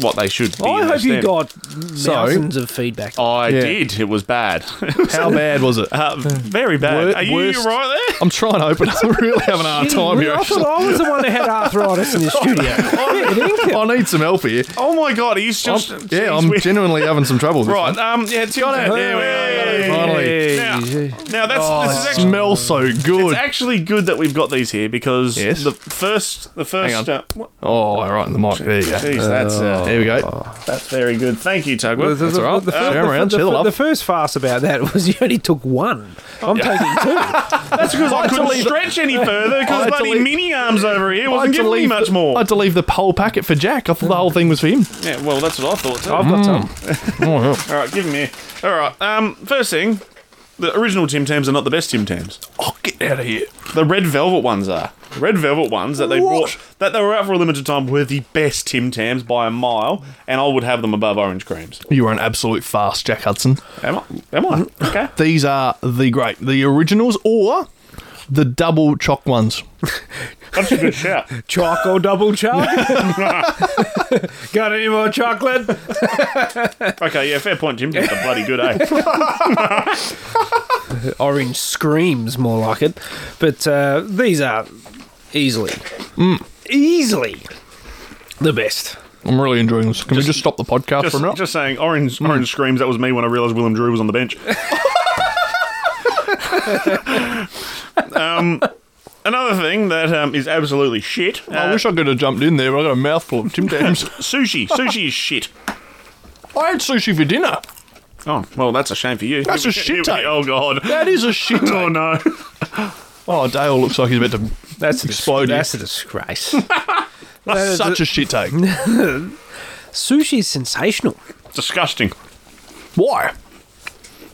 S2: what they should be.
S3: I
S2: in
S3: hope
S2: their
S3: you
S2: standard.
S3: got thousands of feedback.
S2: I
S1: Yeah.
S2: did. It was bad. <laughs>
S1: How bad was it?
S2: Uh, very bad.
S1: Wor-
S2: are you
S1: worst-
S2: right there?
S1: I'm trying to open. I'm really having a hard time here.
S3: I
S1: actually.
S3: thought I was the one that had arthritis <laughs> in the studio. Yeah,
S1: I need some help here.
S2: Oh my god, he's
S1: I'm-
S2: just.
S1: yeah,
S2: Jeez,
S1: I'm
S2: we-
S1: genuinely having some trouble. with this
S2: Right.
S1: one.
S2: Um. Yeah. It's got it. There we go.
S1: Finally.
S2: Now,
S3: it
S2: Now that's this is actually
S1: Smells so Oh, good.
S2: it's actually good that we've got these here because
S1: Yes.
S2: the first the
S1: Hang on.
S2: first uh, what?
S1: oh, all right in the mic. There you go.
S2: Jeez, that's uh,
S1: there we go.
S2: that's very good. Thank you,
S3: The, the,
S2: Tugwell.
S1: That's all right.
S3: the,
S1: Share 'em
S3: the-
S1: around,
S3: the-
S1: share the love.
S3: the first fast about that was you only took one. I'm taking two. <laughs>
S2: That's because I couldn't stretch any further
S1: I
S2: because
S1: had to
S2: bloody
S1: leave-
S2: mini arms over here
S1: I had
S2: wasn't
S1: to
S2: giving me
S1: leave
S2: much
S1: the-
S2: more.
S1: I had to leave the whole packet for Jack. I thought the whole thing was for him.
S2: Yeah, well, that's what I thought. Too.
S3: I've got some.
S1: Oh,
S2: All right, give him here. All right. Um, first thing, the original Tim Tams are not the best Tim Tams.
S1: Oh, get out of here.
S2: The red velvet ones are. The red velvet ones that they brought that they were out for a limited time were the best Tim Tams by a mile, and I would have them above orange creams.
S1: You are an absolute fast, Jack Hudson.
S2: Am I? Am I? <laughs> Okay.
S1: These are the great, the originals or the double choc ones.
S2: That's a good shout.
S3: Chalk or double chalk? <laughs> got any more chocolate?
S2: Okay, yeah, fair point, Jim. That's a bloody
S1: <laughs>
S2: good, eh?
S3: Orange screams more like it. But uh, these are easily, Mm. easily the best.
S1: I'm really enjoying this. Can we just stop the podcast for a Hmm.
S2: Just,
S1: minute?
S2: just saying, orange orange screams, that was me when I realised Willem Drew was on
S1: <laughs>
S2: the bench. um, another thing that um, is absolutely shit.
S1: I
S2: uh,
S1: wish I could have jumped in there, but I got a mouthful of Tim
S2: <laughs>
S1: Tams.
S2: Sushi. Sushi is shit.
S1: I had sushi for dinner.
S2: Oh, well, that's a shame for you. <laughs>
S1: That's a shit take.
S2: Oh, God.
S1: That is a shit.
S2: Oh, no.
S1: Oh, Dale looks like he's about to.
S3: That's a,
S1: Explode.
S3: dis- that's a <laughs> disgrace.
S1: That's
S2: Uh,
S3: is
S1: such a shit take.
S3: Sushi is sensational.
S2: Disgusting.
S1: Why?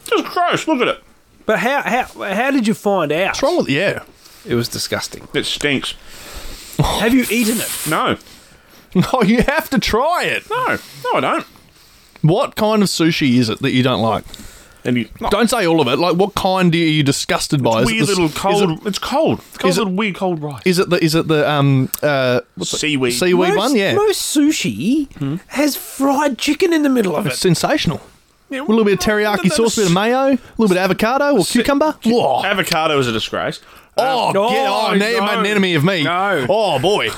S2: Just gross. Look at it.
S3: But how, how, how did you find out?
S1: What's wrong with yeah? <laughs>
S3: It was disgusting.
S2: It stinks.
S3: Have you eaten it?
S2: No.
S1: No, you have to try it.
S2: No. No, I don't.
S1: What kind of sushi is it that you don't like?
S2: And you, no,
S1: Don't say all of it. Like, what kind are you disgusted by?
S2: weird
S1: is it the-
S2: little
S1: Is
S2: cold.
S1: it,
S2: it's cold. It's cold
S1: is it-
S2: little weird cold rice.
S1: is it the is it the um uh what's it?
S2: Seaweed.
S1: seaweed one? Yeah,
S3: Most sushi has fried chicken in the middle of
S1: it's
S3: it.
S1: sensational. a little bit of teriyaki
S2: no,
S1: sauce, a bit of mayo, a little bit of avocado or cucumber. Whoa.
S2: Avocado is a disgrace. Uh,
S1: Oh,
S3: No,
S1: get on! now you've made an
S3: no.
S1: enemy of me.
S3: No.
S1: Oh <laughs> boy.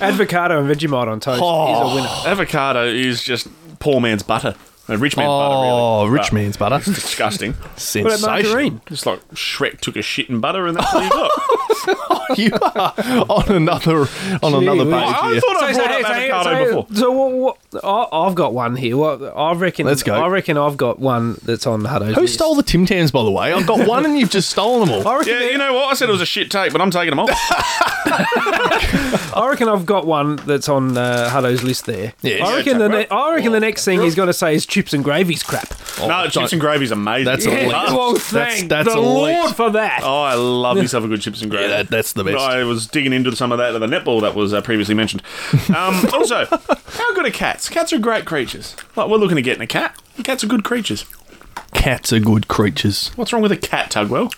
S3: Avocado and Vegemite on toast is a winner.
S2: Avocado is just poor man's butter. No, rich man's butter, really.
S1: Oh, rich
S2: But
S1: man's butter. <laughs>
S2: It's disgusting.
S3: What about
S1: Sensational.
S3: margarine?
S2: Just like Shrek took a shit in butter and that's
S1: <laughs>
S2: what he got.
S1: You are on another on another
S3: whiz.
S1: page
S2: I
S1: here.
S2: thought I brought up avocado before.
S3: So what, what, I, I've got one here. What I reckon.
S1: Let's go.
S3: I reckon I've got one that's on Hutto's.
S1: Who
S3: list.
S1: stole the Tim Tams, by the way? I've got one and you've just stolen them all.
S3: I reckon,
S2: <laughs> Yeah, you know what? I said it was a shit take, but I'm taking them off.
S1: <laughs>
S3: I reckon I've got one that's on uh, Hutto's list there.
S1: Yes.
S3: I reckon,
S2: Yeah,
S3: the, ne-
S2: take
S3: I reckon the next thing he's going to say is chips and gravy's crap.
S2: no, chips and gravy's amazing.
S1: Oh, That's a
S2: I
S1: leap.
S2: love-
S3: well,
S1: That's-
S3: thank
S1: that's
S3: the
S1: a leap.
S3: Lord for that.
S2: <laughs> Oh, I love myself a good chips and gravy.
S1: Yeah, that- that's the best.
S2: I was digging into some of that at the netball that was uh, previously mentioned.
S1: <laughs>
S2: Um, also, how good are cats? Cats are great creatures. Like, we're looking at getting a cat. Cats are good creatures.
S1: <laughs> Cats are good creatures.
S2: What's wrong with a cat, Tugwell?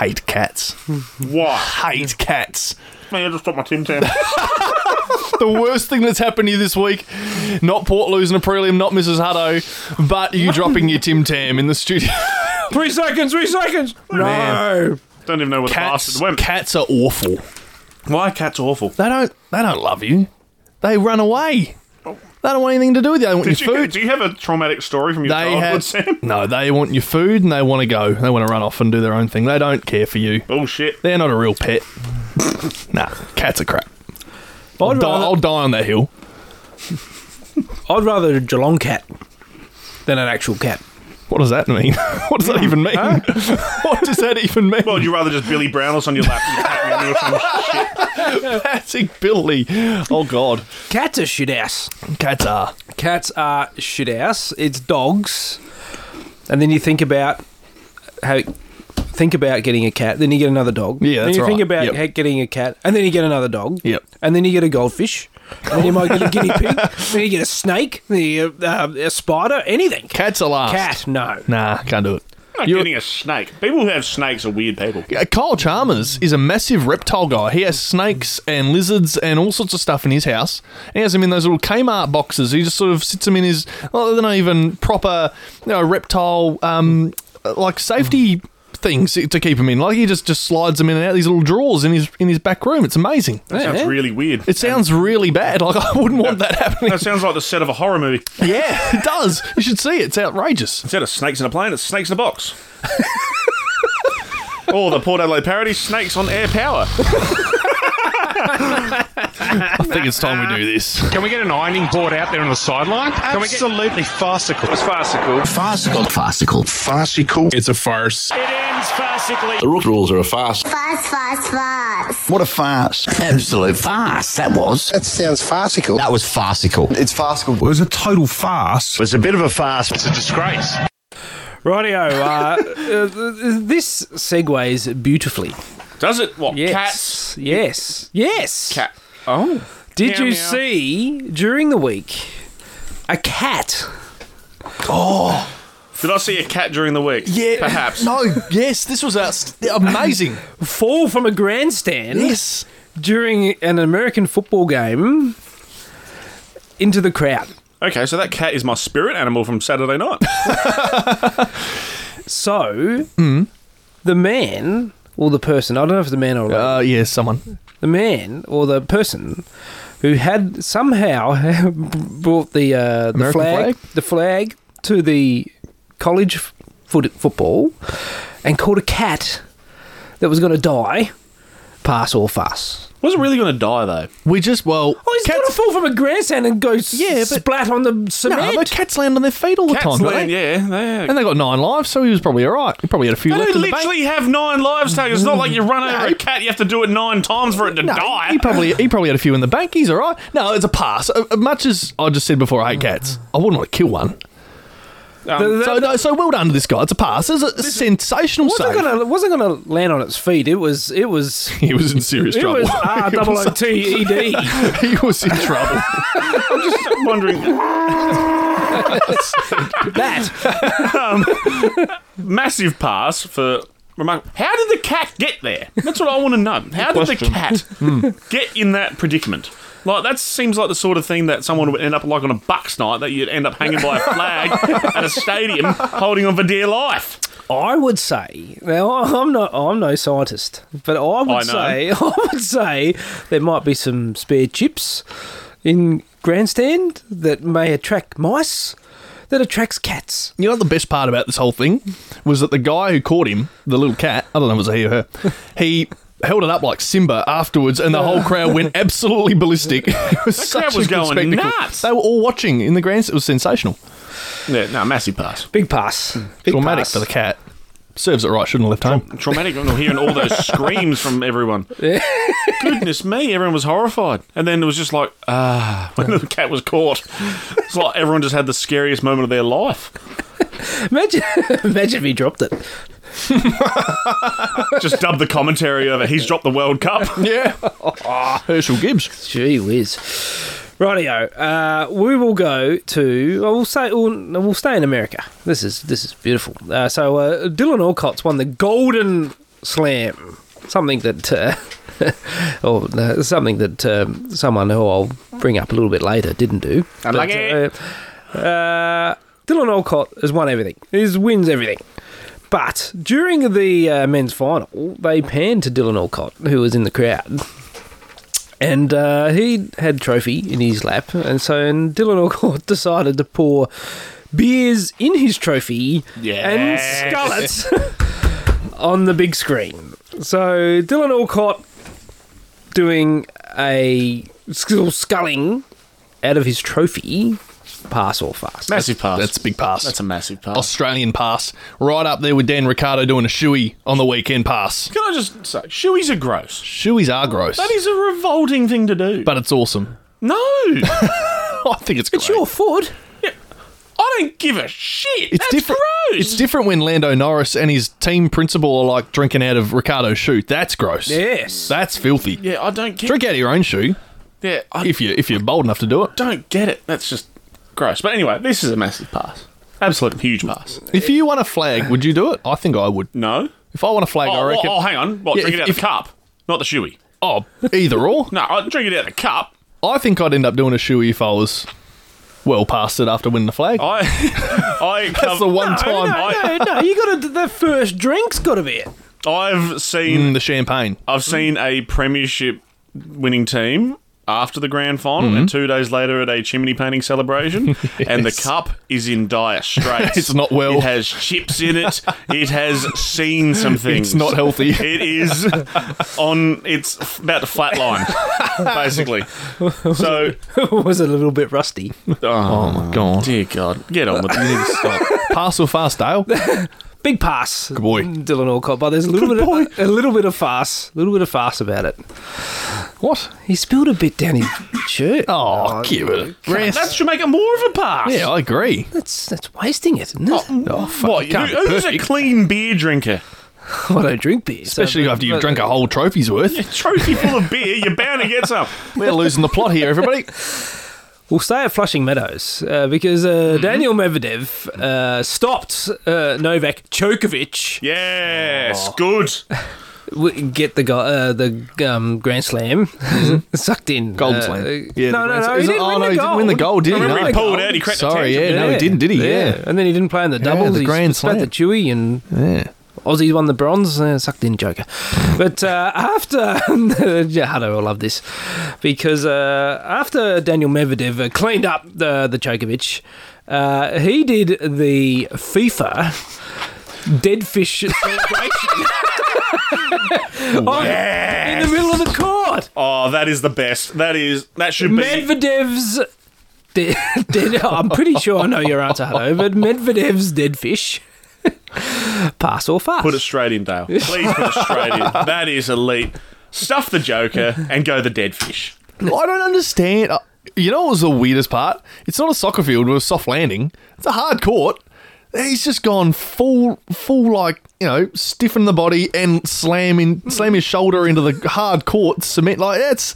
S1: Hate cats.
S2: Why?
S1: Hate cats.
S2: Man, I just dropped my Tim Tam.
S1: the worst thing that's happened to you this week. Not Port losing a prelim, not Mrs. Hutto, but <laughs> you dropping your Tim Tam in the studio.
S3: Three seconds. Three seconds. No.
S2: <laughs>
S1: Oh,
S2: Don't even know where the
S1: Cats,
S2: bastard went.
S1: cats are awful.
S2: Why are cats awful?
S1: They don't they don't love you. They run away. They don't want anything to do with you. They want
S2: Did
S1: your
S2: you,
S1: food.
S2: do you have a traumatic story from your
S1: they
S2: childhood,
S1: have <laughs>
S2: Sam?
S1: no. They want your food and they want to go. They want to run off and do their own thing. They don't care for you.
S2: Bullshit.
S1: They're not a real pet. nah, cats are crap. I'll
S3: I'd
S1: die,
S3: rather-
S1: I'll die on that hill.
S3: I'd rather a Geelong cat than an actual cat.
S1: What does that mean? <laughs> what does that even mean? <laughs> what does that even mean?
S2: Well, would you rather just Billy Brownless on your lap? and cat meow or some shit?
S1: Classic Billy. Oh God,
S3: Cats are shit ass.
S1: cats are.
S3: Cats are shit ass. It's dogs. And then you think about how think about getting a cat, then you get another dog.
S1: Yeah,
S3: Then
S1: that's
S3: you think
S1: right.
S3: about
S1: Yep.
S3: ha- getting a cat, and then you get another dog.
S1: Yep.
S3: And then you get a goldfish. And then you might get a guinea
S1: <laughs>
S3: pig. then you get a snake. Then you get uh, a spider. Anything.
S1: Cats are last.
S3: Cat. No.
S1: Nah, can't do it.
S2: I'm not
S1: You're-
S2: getting a snake. People who have snakes are weird people.
S1: Uh, Kyle Chalmers is a massive reptile guy. He has snakes and lizards and all sorts of stuff in his house. He has them in those little Kmart boxes. He just sort of sits them in his. Well, they're not even proper, you know, reptile um, uh, like safety things to keep them in. Like he just just slides them in and out these little drawers in his in his back room. It's amazing.
S2: Sounds really weird.
S1: It sounds really bad. Like <laughs> I wouldn't want that happening.
S2: That sounds like the set of a horror movie.
S1: <laughs> Yeah, it does. You should see it. It's outrageous.
S2: Instead of snakes in a plane, it's snakes in a box. Or the Port Adelaide parody, Snakes on Air Power.
S1: I think it's time we do this.
S6: Can we get an ironing board out there on the sideline? Absolutely farcical. It's farcical.
S7: Farcical. Farcical. Farcical. It's a farce.
S6: It ends farcically.
S7: The rook rules are a farce.
S8: Fast, fast, fast.
S7: What a farce. Absolute farce, that was. That sounds farcical. That was farcical. It's farcical. It was a total farce. It was a bit of a farce. It's a disgrace.
S3: Rightio. Uh, uh,
S1: <laughs>
S3: th- this segues beautifully.
S2: Does it? What?
S3: Yes.
S2: Cats?
S3: Yes. Yes.
S2: Cat. Oh. Meow,
S3: Did you
S2: meow.
S3: see during the week a cat?
S2: Did I see a cat during the week?
S1: Yeah,
S2: Perhaps.
S1: No, yes, this was outst- <laughs> amazing.
S3: fall from a grandstand
S1: yes.
S3: during an American football game into the crowd.
S2: Okay, so that cat is my spirit animal from Saturday night.
S3: So
S2: Hmm.
S3: the man or the person, I don't know if it's a man or a woman,
S1: Uh, yeah, someone.
S3: the man or the person who had somehow <laughs> brought the uh, the
S1: American
S3: flag,
S1: flag?
S3: the flag to the college f- foot- football and called a cat that was going to die pass or fuss.
S2: Wasn't really going to die though.
S1: We just well.
S3: Oh, he's going to fall from a grandstand and go s-
S1: Yeah, but-
S3: splat on the cement.
S1: No, but cats land on their feet all the
S2: Cats
S1: time. don't
S2: land,
S1: they?
S2: yeah. They,
S1: And they got nine lives, so he was probably all right. He probably had a few
S2: They
S1: left in the bank.
S2: literally have nine lives taken. It's not like you run over a cat, you have to do it nine times for it to
S1: No,
S2: die.
S1: he probably he probably had a few in the bank. He's all right. No, it's a pass. Uh, uh, Much as I just said before, I hate cats. I wouldn't want to kill one.
S2: Um,
S1: So no, so well done to this guy. It's a pass. It's a sensational
S3: wasn't
S1: save.
S3: gonna wasn't gonna land on its feet. It was it
S1: <laughs>
S3: was
S1: He was in serious
S3: it
S1: trouble.
S3: was
S1: <laughs>
S3: R
S1: He
S3: double
S1: was-
S3: O T E D.
S1: <laughs> he was in trouble.
S2: I'm just <laughs> wondering.
S3: That
S2: Um, Massive pass for. Remark- How did the cat get there? That's what I want to know. How did the cat
S1: Hmm.
S2: get in that predicament? Like that seems like the sort of thing that someone would end up like on a Bucks night that you'd end up hanging by
S1: <laughs>
S2: a flag at a stadium, holding on for dear life.
S3: I would say now <laughs> I'm not I'm no scientist, but I would
S2: I know.
S3: say <laughs> I would say there might be some spare chips in grandstand that may attract mice that attracts cats.
S1: You know what the best part about this whole thing was that the guy who caught him, the little cat, I don't know if it was he or her, he held it up like Simba afterwards, and the whole crowd went absolutely ballistic. <laughs> It was such
S2: crowd
S1: a
S2: was
S1: good
S2: going
S1: spectacle.
S2: nuts.
S1: They were all watching in the grand. It was sensational.
S2: Yeah, no, massive pass.
S3: Big pass. Big
S1: Traumatic
S3: pass.
S1: for the cat. Serves it right. Shouldn't have left home.
S2: Traumatic when I'm hearing
S1: <laughs>
S2: all those screams from everyone. Goodness me, everyone was horrified. And then it was just like, ah, <laughs> when the cat was caught. It's like everyone just had the scariest moment of their life.
S3: Imagine, <laughs> imagine if he dropped it.
S2: Just dub the commentary over, he's dropped the
S1: <laughs>
S2: World Cup.
S1: Yeah. <laughs> Herschel Gibbs.
S3: Gee whiz. Rightio. Uh, we will go to. I will say we'll, we'll stay in America. This is this is beautiful. Uh, so uh, Dylan Alcott's won the Golden Slam. Something that, uh, <laughs> or uh, something that um, someone who I'll bring up a little bit later didn't do. I
S2: like it.
S3: Uh, Dylan Alcott has won everything. He wins everything. But during the uh, men's final, they panned to Dylan Alcott, who was in the crowd, and uh, he had trophy in his lap, and so and Dylan Alcott <laughs> decided to pour beers in his trophy and scullets <laughs> on the big screen. So Dylan Alcott doing a skill sculling out of his trophy, pass or fast.
S2: Massive pass.
S1: That's a big pass.
S2: That's a massive pass.
S1: Australian pass. Right up there with Dan Ricardo doing a shoey on the weekend pass.
S2: Can I just say, shoeys are gross.
S1: Shoeys are gross.
S2: That is a revolting thing to do.
S1: but it's awesome. <laughs>
S2: no, I
S1: I think it's great.
S3: it's your foot.
S2: don't give a shit.
S1: It's
S2: That's
S1: different.
S2: gross.
S1: It's different when Lando Norris and his team principal are like drinking out of Ricardo's shoe. That's gross.
S3: Yes.
S1: That's filthy.
S2: yeah, I don't get
S1: Drink out of your own shoe
S2: Yeah, I
S1: if you if you're bold enough to do it.
S2: don't get it. That's just gross. But anyway, this is a massive pass. Absolute huge pass.
S1: If you want a flag, would you do it? I think I would.
S2: No.
S1: If I want a flag,
S2: Oh,
S1: I reckon.
S2: oh, hang on. What,
S1: Yeah,
S2: drink
S1: if-
S2: it out of
S1: if-
S2: the cup, not the shoey.
S1: Oh, either or.
S2: No, I drink it out of the cup.
S1: I think I'd end up doing a shoey if I was well past it after winning the flag.
S2: I, <laughs> I
S1: <laughs> That's the one time
S2: I,
S3: No, no, you got to. The first drink's got to be it. <laughs>
S2: I've seen,
S1: Mm, the champagne.
S2: I've seen a premiership winning team after the grand
S1: Mm-hmm.
S2: final, and two days later at a chimney
S1: <laughs>
S2: painting celebration, and the cup is in dire straits.
S1: It's not well.
S2: It has chips in it. It has seen some things.
S1: <laughs> It's not healthy.
S2: <laughs> It is on. It's f- about
S1: <laughs>
S2: to flatline, basically. So,
S3: was a little bit rusty.
S2: oh, my god, dear God, get on with it. Stop.
S1: Pass or fast,
S2: <laughs>
S1: Dale?
S3: Big pass, good
S1: boy.
S3: Dylan Alcott. But there's a little bit, of, a little bit of farce, a little bit of farce about it.
S1: What?
S3: He spilled a bit down his shirt.
S1: Oh, give it a
S2: That
S1: rest.
S2: should make it more of a pass.
S1: Ah, Yeah, I agree.
S3: That's that's wasting it, isn't it?
S1: Oh, fuck,
S2: What?
S1: it can't
S2: who-
S1: be
S2: who's a
S1: perfect.
S2: clean beer drinker?
S3: Oh, I don't drink beer, so-
S1: Especially after you've
S3: but-
S1: drunk a whole trophy's worth.
S2: Trophy full of beer, you're bound to get some.
S1: We're losing the plot here,
S2: <laughs>
S1: everybody.
S3: We'll stay at Flushing Meadows uh, because uh,
S1: Mm-hmm.
S3: Daniel Medvedev uh, stopped uh, Novak Djokovic
S2: Yes, good.
S3: w- get the go- uh, the um, Grand Slam <laughs> sucked in
S1: Mm-hmm. Golden
S3: uh,
S1: Slam.
S3: Yeah,
S1: the Grand
S3: no, no, no,
S1: Slam.
S3: he
S1: Is it-
S3: didn't
S1: oh,
S3: win
S1: no,
S3: the
S1: he
S3: gold.
S1: didn't win the gold, did he?
S2: Remember he
S1: No.
S2: pulled it out, he cracked the
S1: Sorry,
S2: tangent.
S1: yeah, no, he didn't, did he? Yeah.
S3: and then he didn't play in the doubles.
S1: the
S3: He
S1: Grand
S3: spat the Dewey and
S1: Yeah.
S3: Aussies won the bronze. Uh, sucked in Joker, but uh, after <laughs> yeah, Hutto will love this because uh, after Daniel Medvedev uh, cleaned up the the Djokovic, uh, he did the FIFA dead fish <laughs> celebration. <laughs> On- in the middle of the court.
S2: Oh, that is the best. That is that should be.
S3: Medvedev's. <laughs> Dead, dead, I'm pretty sure I know your answer, Hutto, but Medvedev's dead fish. <laughs> Pass or fast?
S2: Put it straight in, Dale. Please put it straight <laughs> in. That is elite. Stuff the Joker and go the dead fish.
S1: I don't understand. Uh, You know what was the weirdest part? It's not a soccer field with a soft landing. It's a hard court. He's just gone full, full like you know, stiffen the body and slam in, slam his shoulder into the hard court cement. Like that's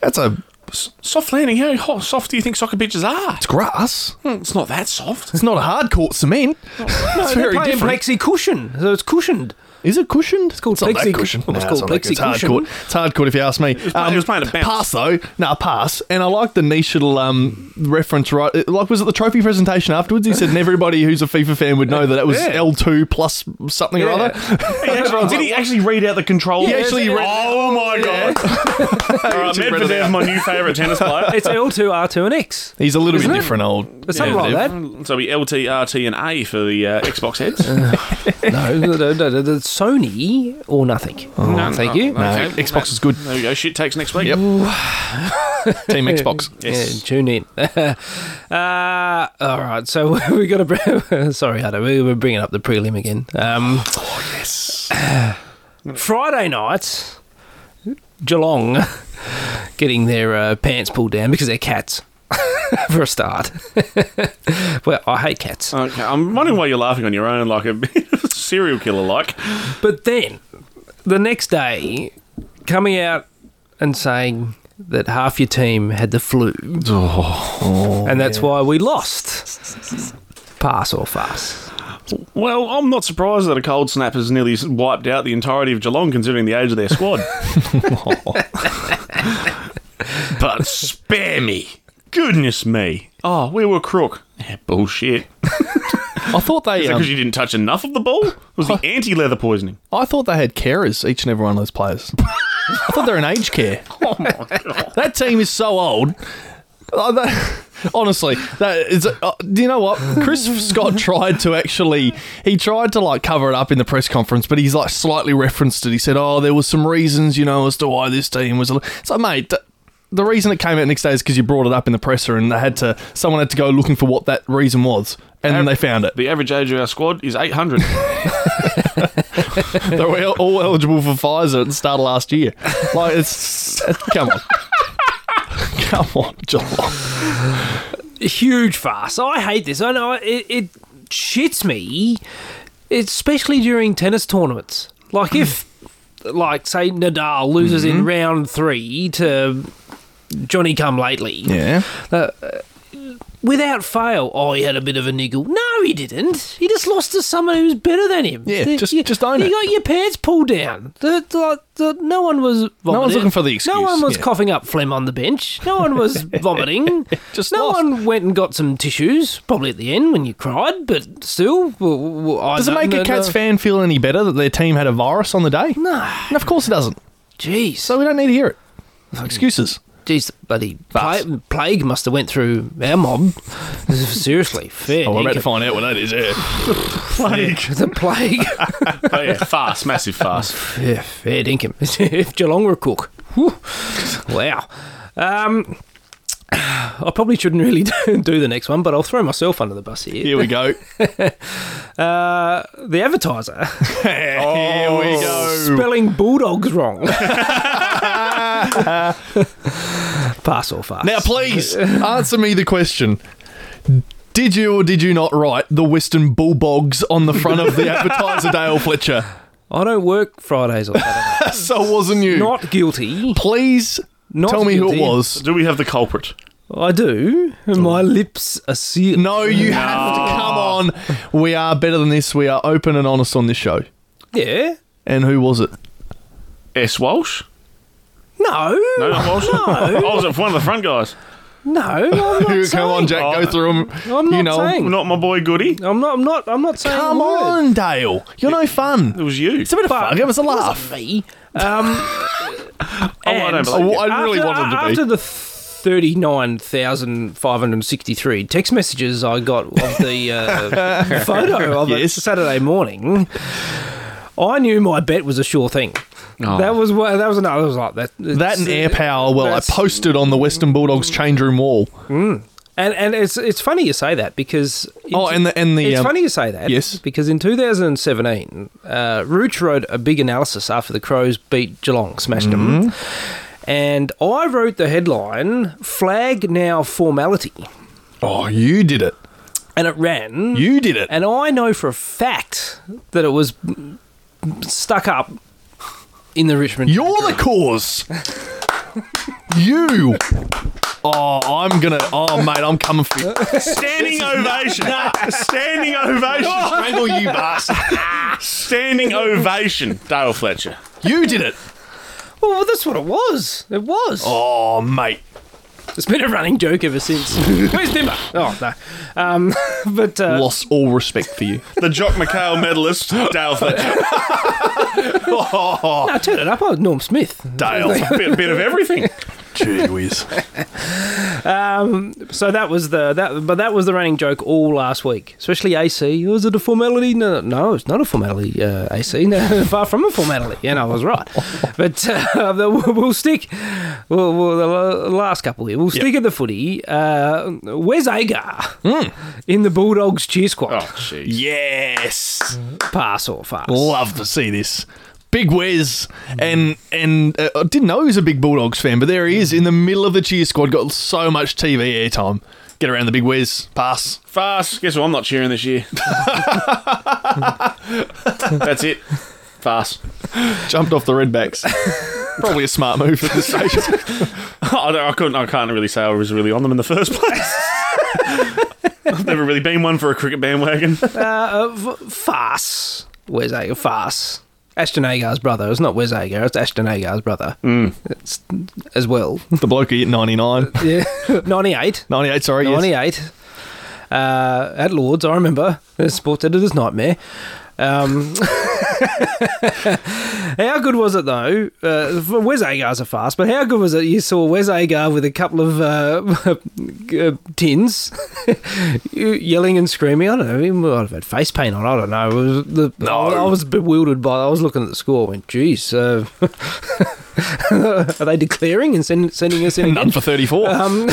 S1: that's a
S2: Soft landing. How ho- soft do you think soccer pitches are?
S1: it's grass.
S2: It's not that soft.
S1: It's not a hard court cement.
S2: Oh,
S1: it's
S3: They're
S1: very
S3: playing
S1: different.
S3: plexi cushion, so it's cushioned.
S1: Is it cushioned? It's
S3: called
S1: not that
S3: plexi-
S1: cushioned.
S3: well, it's
S1: Nah,
S3: called
S1: not that good. It's hard
S3: plexi
S1: court.
S3: cushion.
S1: It's hard court if you ask me. Um,
S2: was playing- it was playing a bounce.
S1: Pass though. Nah, pass. And I like the niche little um, reference. Right, it- like was it the trophy presentation afterwards? He said, and everybody who's a FIFA fan would know that it was L two plus something or
S3: Yeah.
S1: other. <laughs>
S2: He actually- did he actually read out the controls?
S1: He actually read-
S2: Oh my god! <laughs> All right,
S1: He read it
S2: Medvedev,
S1: out.
S2: my new favorite tennis player.
S3: <laughs> It's L2, R2, and X.
S1: He's a little
S3: Isn't
S1: bit
S3: it?
S1: different, old.
S3: But something like that.
S2: So we LT, RT, and A for the uh, Xbox <laughs> heads.
S3: No, no, no, no, no, Sony or nothing. no, Oh, thank you.
S1: No, Xbox is good.
S2: There we go. Shit takes next week.
S1: Yep. Team Xbox.
S3: <laughs> Yeah, tune in. <laughs> uh, all right, so <laughs> we got to. Br- <laughs> Sorry, Adam, we we're bringing up the prelim again. Um, yes. <sighs> Friday night, Geelong <laughs> getting their uh, pants pulled down because they're cats. <laughs> For a start, <laughs> well, I hate cats.
S2: Okay, I'm wondering why you're laughing on your own, like a <laughs> serial killer, like.
S3: But then, the next day, coming out and saying that half your team had the flu, and that's why we lost. Pass or fast?
S2: Well, I'm not surprised that a cold snap has nearly wiped out the entirety of Geelong, considering the age of their squad. but spare me, goodness me! Oh, we were crook. Yeah, bullshit.
S1: I thought they.
S2: Because
S1: Um,
S2: you didn't touch enough of the ball. It was the anti-leather poisoning.
S1: I thought they had carers. Each and every one of those players. <laughs> I thought they're in aged care.
S2: <laughs> Oh my god!
S1: That team is so old. Uh, that- honestly, that is. Uh, do you know what? Chris
S2: <laughs>
S1: Scott tried to actually. He tried to like cover it up in the press conference, but he's like slightly referenced it. He said, "Oh, there was some reasons, you know, as to why this team was." a li-" It's like, mate. th- the reason it came out next day is because you brought it up in the presser, and they had to. Someone had to go looking for what that reason was, and then they found it.
S2: The average age of our squad is 800.
S1: <laughs> They were el- all eligible for Pfizer at the start of last year. Like, it's come on, <laughs> come on, Geelong.
S3: Huge farce. I hate this. I know it, it shits me, especially during tennis tournaments. Like if, like say Nadal loses in round three to Johnny Come Lately.
S1: Yeah.
S3: without fail, oh, he had a bit of a niggle. No, he didn't. He just lost to someone who was better than him.
S1: Yeah,
S3: The-
S1: just-
S3: you,
S1: just own
S3: you
S1: it.
S3: got your pants pulled down. The, the, the, no one was vomiting.
S1: one's looking for the excuse,
S3: No one was
S1: yeah.
S3: coughing up phlegm on the bench. No
S1: <laughs>
S3: one was vomiting.
S1: Just
S3: no
S1: lost.
S3: one went and got some tissues, probably at the end when you cried, but still. w- w- I
S1: Does it
S3: don't
S1: make
S3: know-
S1: a Cats fan feel any better that their team had a virus on the day?
S3: No.
S1: And of course it doesn't.
S3: Jeez.
S1: Hmm. So we don't need to hear it. Excuses.
S3: Jeez, bloody pla- plague must have went through
S1: <laughs>
S3: our mob. Seriously, fair.
S1: Oh, we're about to
S3: dinkum.
S1: find out what that is. Yeah. <laughs>
S2: Plague.
S3: the plague.
S2: oh, yeah, fast, massive fast.
S3: Yeah, fair dinkum. <laughs> if Geelong were a cook. Whew. Wow. Um, I probably shouldn't really <laughs> do the next one, but I'll throw myself under the bus here.
S1: Here we <laughs> go.
S3: Uh, the advertiser
S1: Here we go.
S3: spelling bulldogs wrong. <laughs> Pass or fast.
S1: Now, <laughs> please answer me the question. Did you or did you not write the Western Bullbogs on the front of the <laughs> advertiser, Dale Fletcher?
S3: I don't work Fridays
S1: <laughs>
S3: or Saturdays.
S1: So it wasn't you.
S3: Not guilty.
S1: please
S3: Not
S1: tell me who it
S3: guilty.
S1: was.
S2: Do we have the culprit?
S3: I do. My lips are sealed.
S1: Oh. No, you have to come on. We are better than this. We are open and honest on this show.
S3: Yeah.
S1: And who was it?
S2: S. Walsh?
S3: No.
S2: No, not
S3: <laughs>
S2: Walsh. I was one of the front guys.
S3: No.
S1: <laughs>
S3: I'm not
S1: Who,
S3: saying.
S1: come on, Jack,
S2: Oh,
S1: go through them.
S3: I'm not
S1: you know,
S3: saying.
S2: Not my boy Goody.
S3: I'm not. I'm not. I'm not saying. a
S1: come
S3: word.
S1: on, Dale. You're no
S2: It
S1: fun.
S2: was you.
S1: It's a bit of fun. Give us a laugh.
S3: me. <laughs> Um,
S2: Oh, I don't
S3: and
S2: believe
S1: Oh,
S2: you.
S1: I really
S3: after,
S1: wanted to be.
S3: after the thirty-nine thousand five hundred sixty-three text messages I got of
S1: <laughs>
S3: the uh, photo of
S1: Yes.
S3: it Saturday morning, I knew my bet was a sure thing. That was what. That was another. I was like that.
S1: Oh.
S3: uh,
S1: that and air power. Well, I
S3: that's-
S1: posted on the Western Bulldogs change room wall.
S3: And and it's it's funny you say that because in
S1: Oh,
S3: t-
S1: and the- and the,
S3: it's
S1: um,
S3: funny you say that
S1: yes.
S3: because in 2017, uh, Rooch wrote a big analysis after the Crows beat Geelong, smashed them,
S1: Mm-hmm.
S3: and I wrote the headline "Flag Now Formality,"
S1: Oh, you did it.
S3: and it ran.
S1: You did it.
S3: and I know for a fact that it was stuck up in the Richmond.
S1: You're the cause.
S3: <laughs>
S1: you. Oh, I'm gonna. Oh, mate, I'm coming for you.
S2: Standing ovation. Standing ovation.
S1: <laughs> Strangle you, bastard.
S2: Standing ovation. Dale Fletcher.
S1: You did it.
S3: well, Oh, that's what it was. It was.
S1: Oh, mate.
S3: It's been a running joke
S1: <laughs>
S3: ever since. Where's Timber? Oh no. Um, <laughs> but uh,
S1: Lost all respect for you.
S2: The Jock McHale medalist, Dale Fletcher.
S3: I turn it up. I was Norm Smith.
S2: Dale. <laughs> Bit, bit of everything.
S1: Gee
S3: <laughs>
S1: whiz.
S3: Um, So that was the that, but that was the running joke all last week. Especially AC. Was it a formality? No, no, it's not a formality. Uh, AC, <laughs> no, far from a formality. And I was right. But uh, the- we'll stick. Well, well, the la- last couple here. We'll stick at the footy. Uh, where's Agar in the Bulldogs cheer squad?
S2: jeez.
S1: Yes.
S3: Pass or fast?
S1: Love to see this. Big Wes and and uh, I didn't know he was a big Bulldogs fan, but there he is in the middle of the cheer squad. Got so much TV airtime. Get around the Big Wes. Pass.
S2: Fast. Guess what? I'm not cheering this year. That's it. Fast. <laughs>
S1: Jumped off the Redbacks. Probably a smart move at this stage. <laughs>
S2: I, don't, I couldn't. I can't really say I was really on them in the first place. <laughs> I've never really been one for a cricket bandwagon. <laughs>
S3: Farce. Where's Agar? Farce. Ashton Agar's brother. It's not Wes Agar, it's Ashton Agar's brother. It's, as well. <laughs>
S1: the bloke at 99.
S3: Yeah. 98.
S1: 98, sorry. yes.
S3: 98. Uh, at Lords, I remember. The sports editor's nightmare. Um, <laughs> how good was it though? Uh, for- Wes Agar's a fast, but how good was it? You saw Wes Agar with a couple of uh, <laughs> uh, tins, <laughs> yelling and screaming. I don't know. He might have had face paint on. I don't know. It was the, I, I was bewildered by. I was looking at the score. I went, "Geez, uh, <laughs> are they declaring and send, sending us in again?"
S1: None for 34.
S3: Um,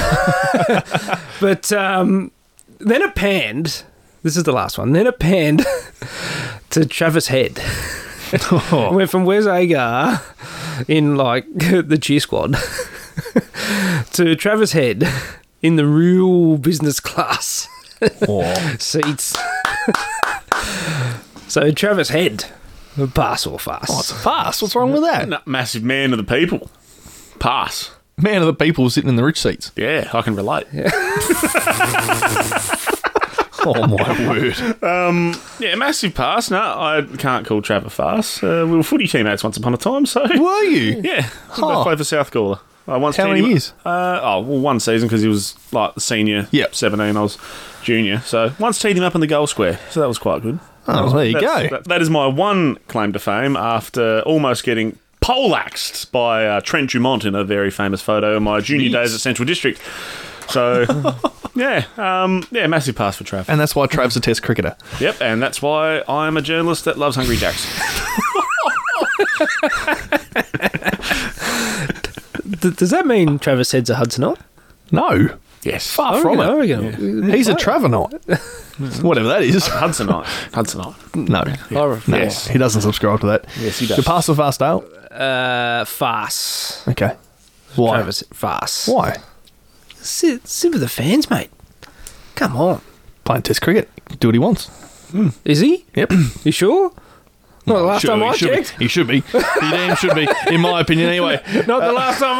S3: but um, then it panned. This is the last one. Then it panned <laughs> to
S1: <laughs>
S3: Travis Head. Went from Where's Agar in like <laughs> the cheer squad <laughs> to Travis Head in the real business class <laughs> seats. so Travis Head, pass or fast?
S1: It's a pass. What's wrong with that?
S2: N- Massive man of the people. Pass.
S1: Man of the people sitting in the rich seats.
S2: Yeah, I can relate. Yeah,
S1: Oh, <laughs> my word.
S2: massive pass. No, I can't call Trav a farce. Uh, we were footy teammates once upon a time, so
S1: Were you?
S2: <laughs> yeah, we both
S1: Huh.
S2: played for South Gawler. I once
S1: How
S2: teamed
S1: many
S2: him-
S1: years?
S2: Uh, oh, well, one season because he was like the senior,
S1: Yep.
S2: seventeen. I was junior, so once teed him up in the goal square, so that was quite good.
S1: Oh, there you
S2: That's-
S1: go.
S2: That, that is my one claim to fame after almost getting poleaxed by uh, Trent Dumont in a very famous photo in my junior days at Central District.
S1: <laughs>
S2: So, yeah, um, yeah, massive pass for Trav.
S1: And that's why Trav's a test cricketer.
S2: Yep, and that's why I'm a journalist that loves Hungry Jacks.
S3: Th- does that mean Travis Head's a Oh, Hudsonoid?
S1: No.
S2: yes,
S1: Far from it.
S3: Oregon.
S1: He's a Travanite.
S3: <laughs>
S1: Whatever that is. <laughs>
S2: Hudsonite. Hudsonite.
S1: No.
S3: Oh,
S1: No,
S2: Yes.
S1: he doesn't subscribe to that.
S2: Yes, he does.
S1: Your pass or fast out?
S3: Uh, farce.
S1: Okay. Why?
S3: Travis, farce.
S1: Why?
S3: Sit, sit with the fans, mate. Come on.
S1: Playing test cricket. Do what he wants.
S3: Is he? <clears throat>
S1: Yep.
S3: You sure? Not the last
S1: Sure,
S3: time I
S1: he should be.
S3: checked.
S1: He should be. He damn should be, in my opinion,
S3: <laughs>
S1: anyway.
S3: Not the last time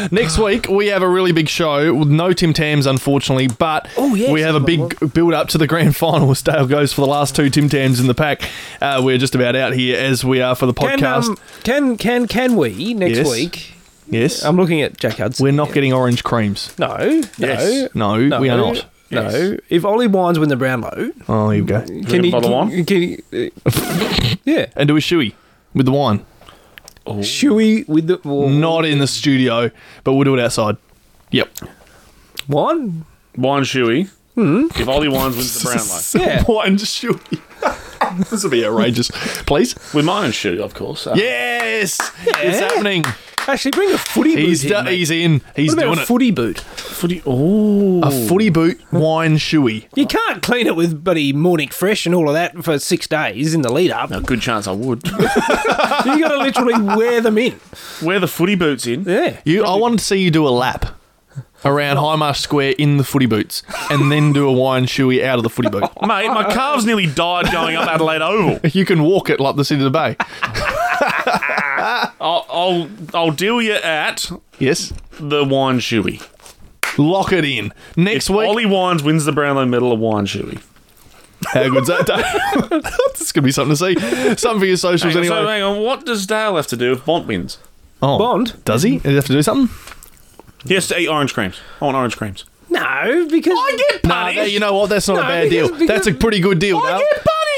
S1: <laughs>
S3: checked.
S1: Next week we have a really big show with no Tim Tams, unfortunately, but
S3: Oh, yes.
S1: we have a big build up to the grand <laughs> final. as Dale goes for the last two Tim Tams in the pack. Uh, we're just about out here as we are for the
S3: Can,
S1: podcast.
S3: um, can can can we next
S1: Yes.
S3: week?
S1: yes,
S3: I'm looking at Jack Hudson.
S1: we're not getting orange creams.
S3: no, no,
S2: Yes.
S1: No, we are not.
S3: No, if Ollie Wines win the Brownlow,
S1: Oh, here we go.
S3: can
S2: a
S3: you?
S2: bottle
S3: Can,
S2: wine?
S3: can you uh,
S1: <laughs>
S3: yeah,
S1: And do a shoey with the wine.
S3: Shuey with the well,
S1: Not in the studio, but we'll do it outside. Yep. <laughs>
S3: wine.
S2: Wine Shoey.
S1: Hmm.
S2: If Ollie Wines wins the Brownlow.
S3: Yeah.
S1: <laughs> wine shoey. <laughs> this will be outrageous. Please.
S2: With my own shoe, of course. Uh,
S1: Yes, it's happening.
S3: Actually, bring a footy boot.
S1: He's
S3: in,
S1: do-
S3: mate.
S1: he's in. He's
S3: what about
S1: doing
S3: a
S1: it.
S3: footy boot?
S2: Footy. Oh.
S1: A footy boot wine shoey.
S3: You can't clean it with buddy morning fresh and all of that for six days in the lead up.
S2: A good chance I would. <laughs>
S3: you got to <laughs> literally wear them in.
S2: Wear the footy boots in.
S3: Yeah.
S1: You, I wanted to see you do a lap around Highmarsh Square in the footy boots, and then do a wine shoey out of the footy
S3: <laughs>
S1: boot.
S2: Mate, my calves nearly died going up
S1: <laughs>
S2: Adelaide Oval.
S1: You can walk it like the city of the bay.
S2: I'll, I'll, I'll deal you at
S1: Yes,
S2: the wine shoey.
S1: lock it in next
S2: If
S1: week.
S2: Ollie Wines wins the Brownlow Medal of Wine Shoey.
S1: How good's that? Dave? <laughs> this is gonna be something to see. Something for your socials
S2: Hang on,
S1: anyway.
S2: So hang on, what does Dale have to do if Bont wins?
S1: oh,
S3: Bond?
S1: does he? Does he have to do something?
S2: He has to eat orange creams. I want orange creams.
S3: No, because I get
S2: Uh,
S1: Nah, that- Uh, you know what? That's not
S3: No,
S1: a bad
S3: because-
S1: deal.
S3: because-
S1: That's a pretty good deal. Dale.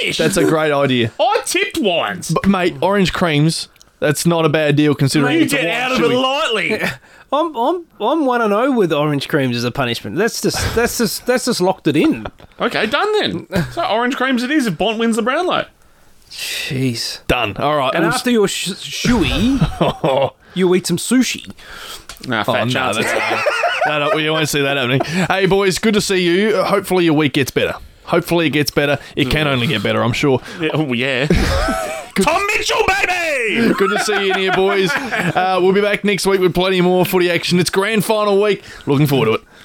S2: punished.
S1: That's a great idea.
S2: I tipped wines.
S1: But mate, orange creams. That's not a bad deal considering
S2: you
S1: it's a
S2: get
S1: wine
S2: out of it
S1: shoey.
S2: lightly.
S3: I'm I'm I'm one and zero with orange creams as a punishment. That's just that's just that's just locked it in.
S2: okay, done then. So orange creams it is if Bont wins the Brownlow.
S3: Jeez.
S1: Done. All right.
S3: And
S1: We'll
S3: after your sh- shoey, <laughs> you eat some sushi.
S2: Nah, fat
S1: Oh, no,
S2: chance. <laughs>
S1: that's- no, no, we won't see that happening. Hey, boys, good to see you. Hopefully, your week gets better. Hopefully, it gets better. It can only get better, I'm sure.
S2: Yeah, oh yeah. <laughs> Tom Mitchell, baby.
S1: Good to see you in here,
S2: <laughs>
S1: boys. Uh, we'll be back next week with plenty more footy action. It's grand final week. Looking forward to it.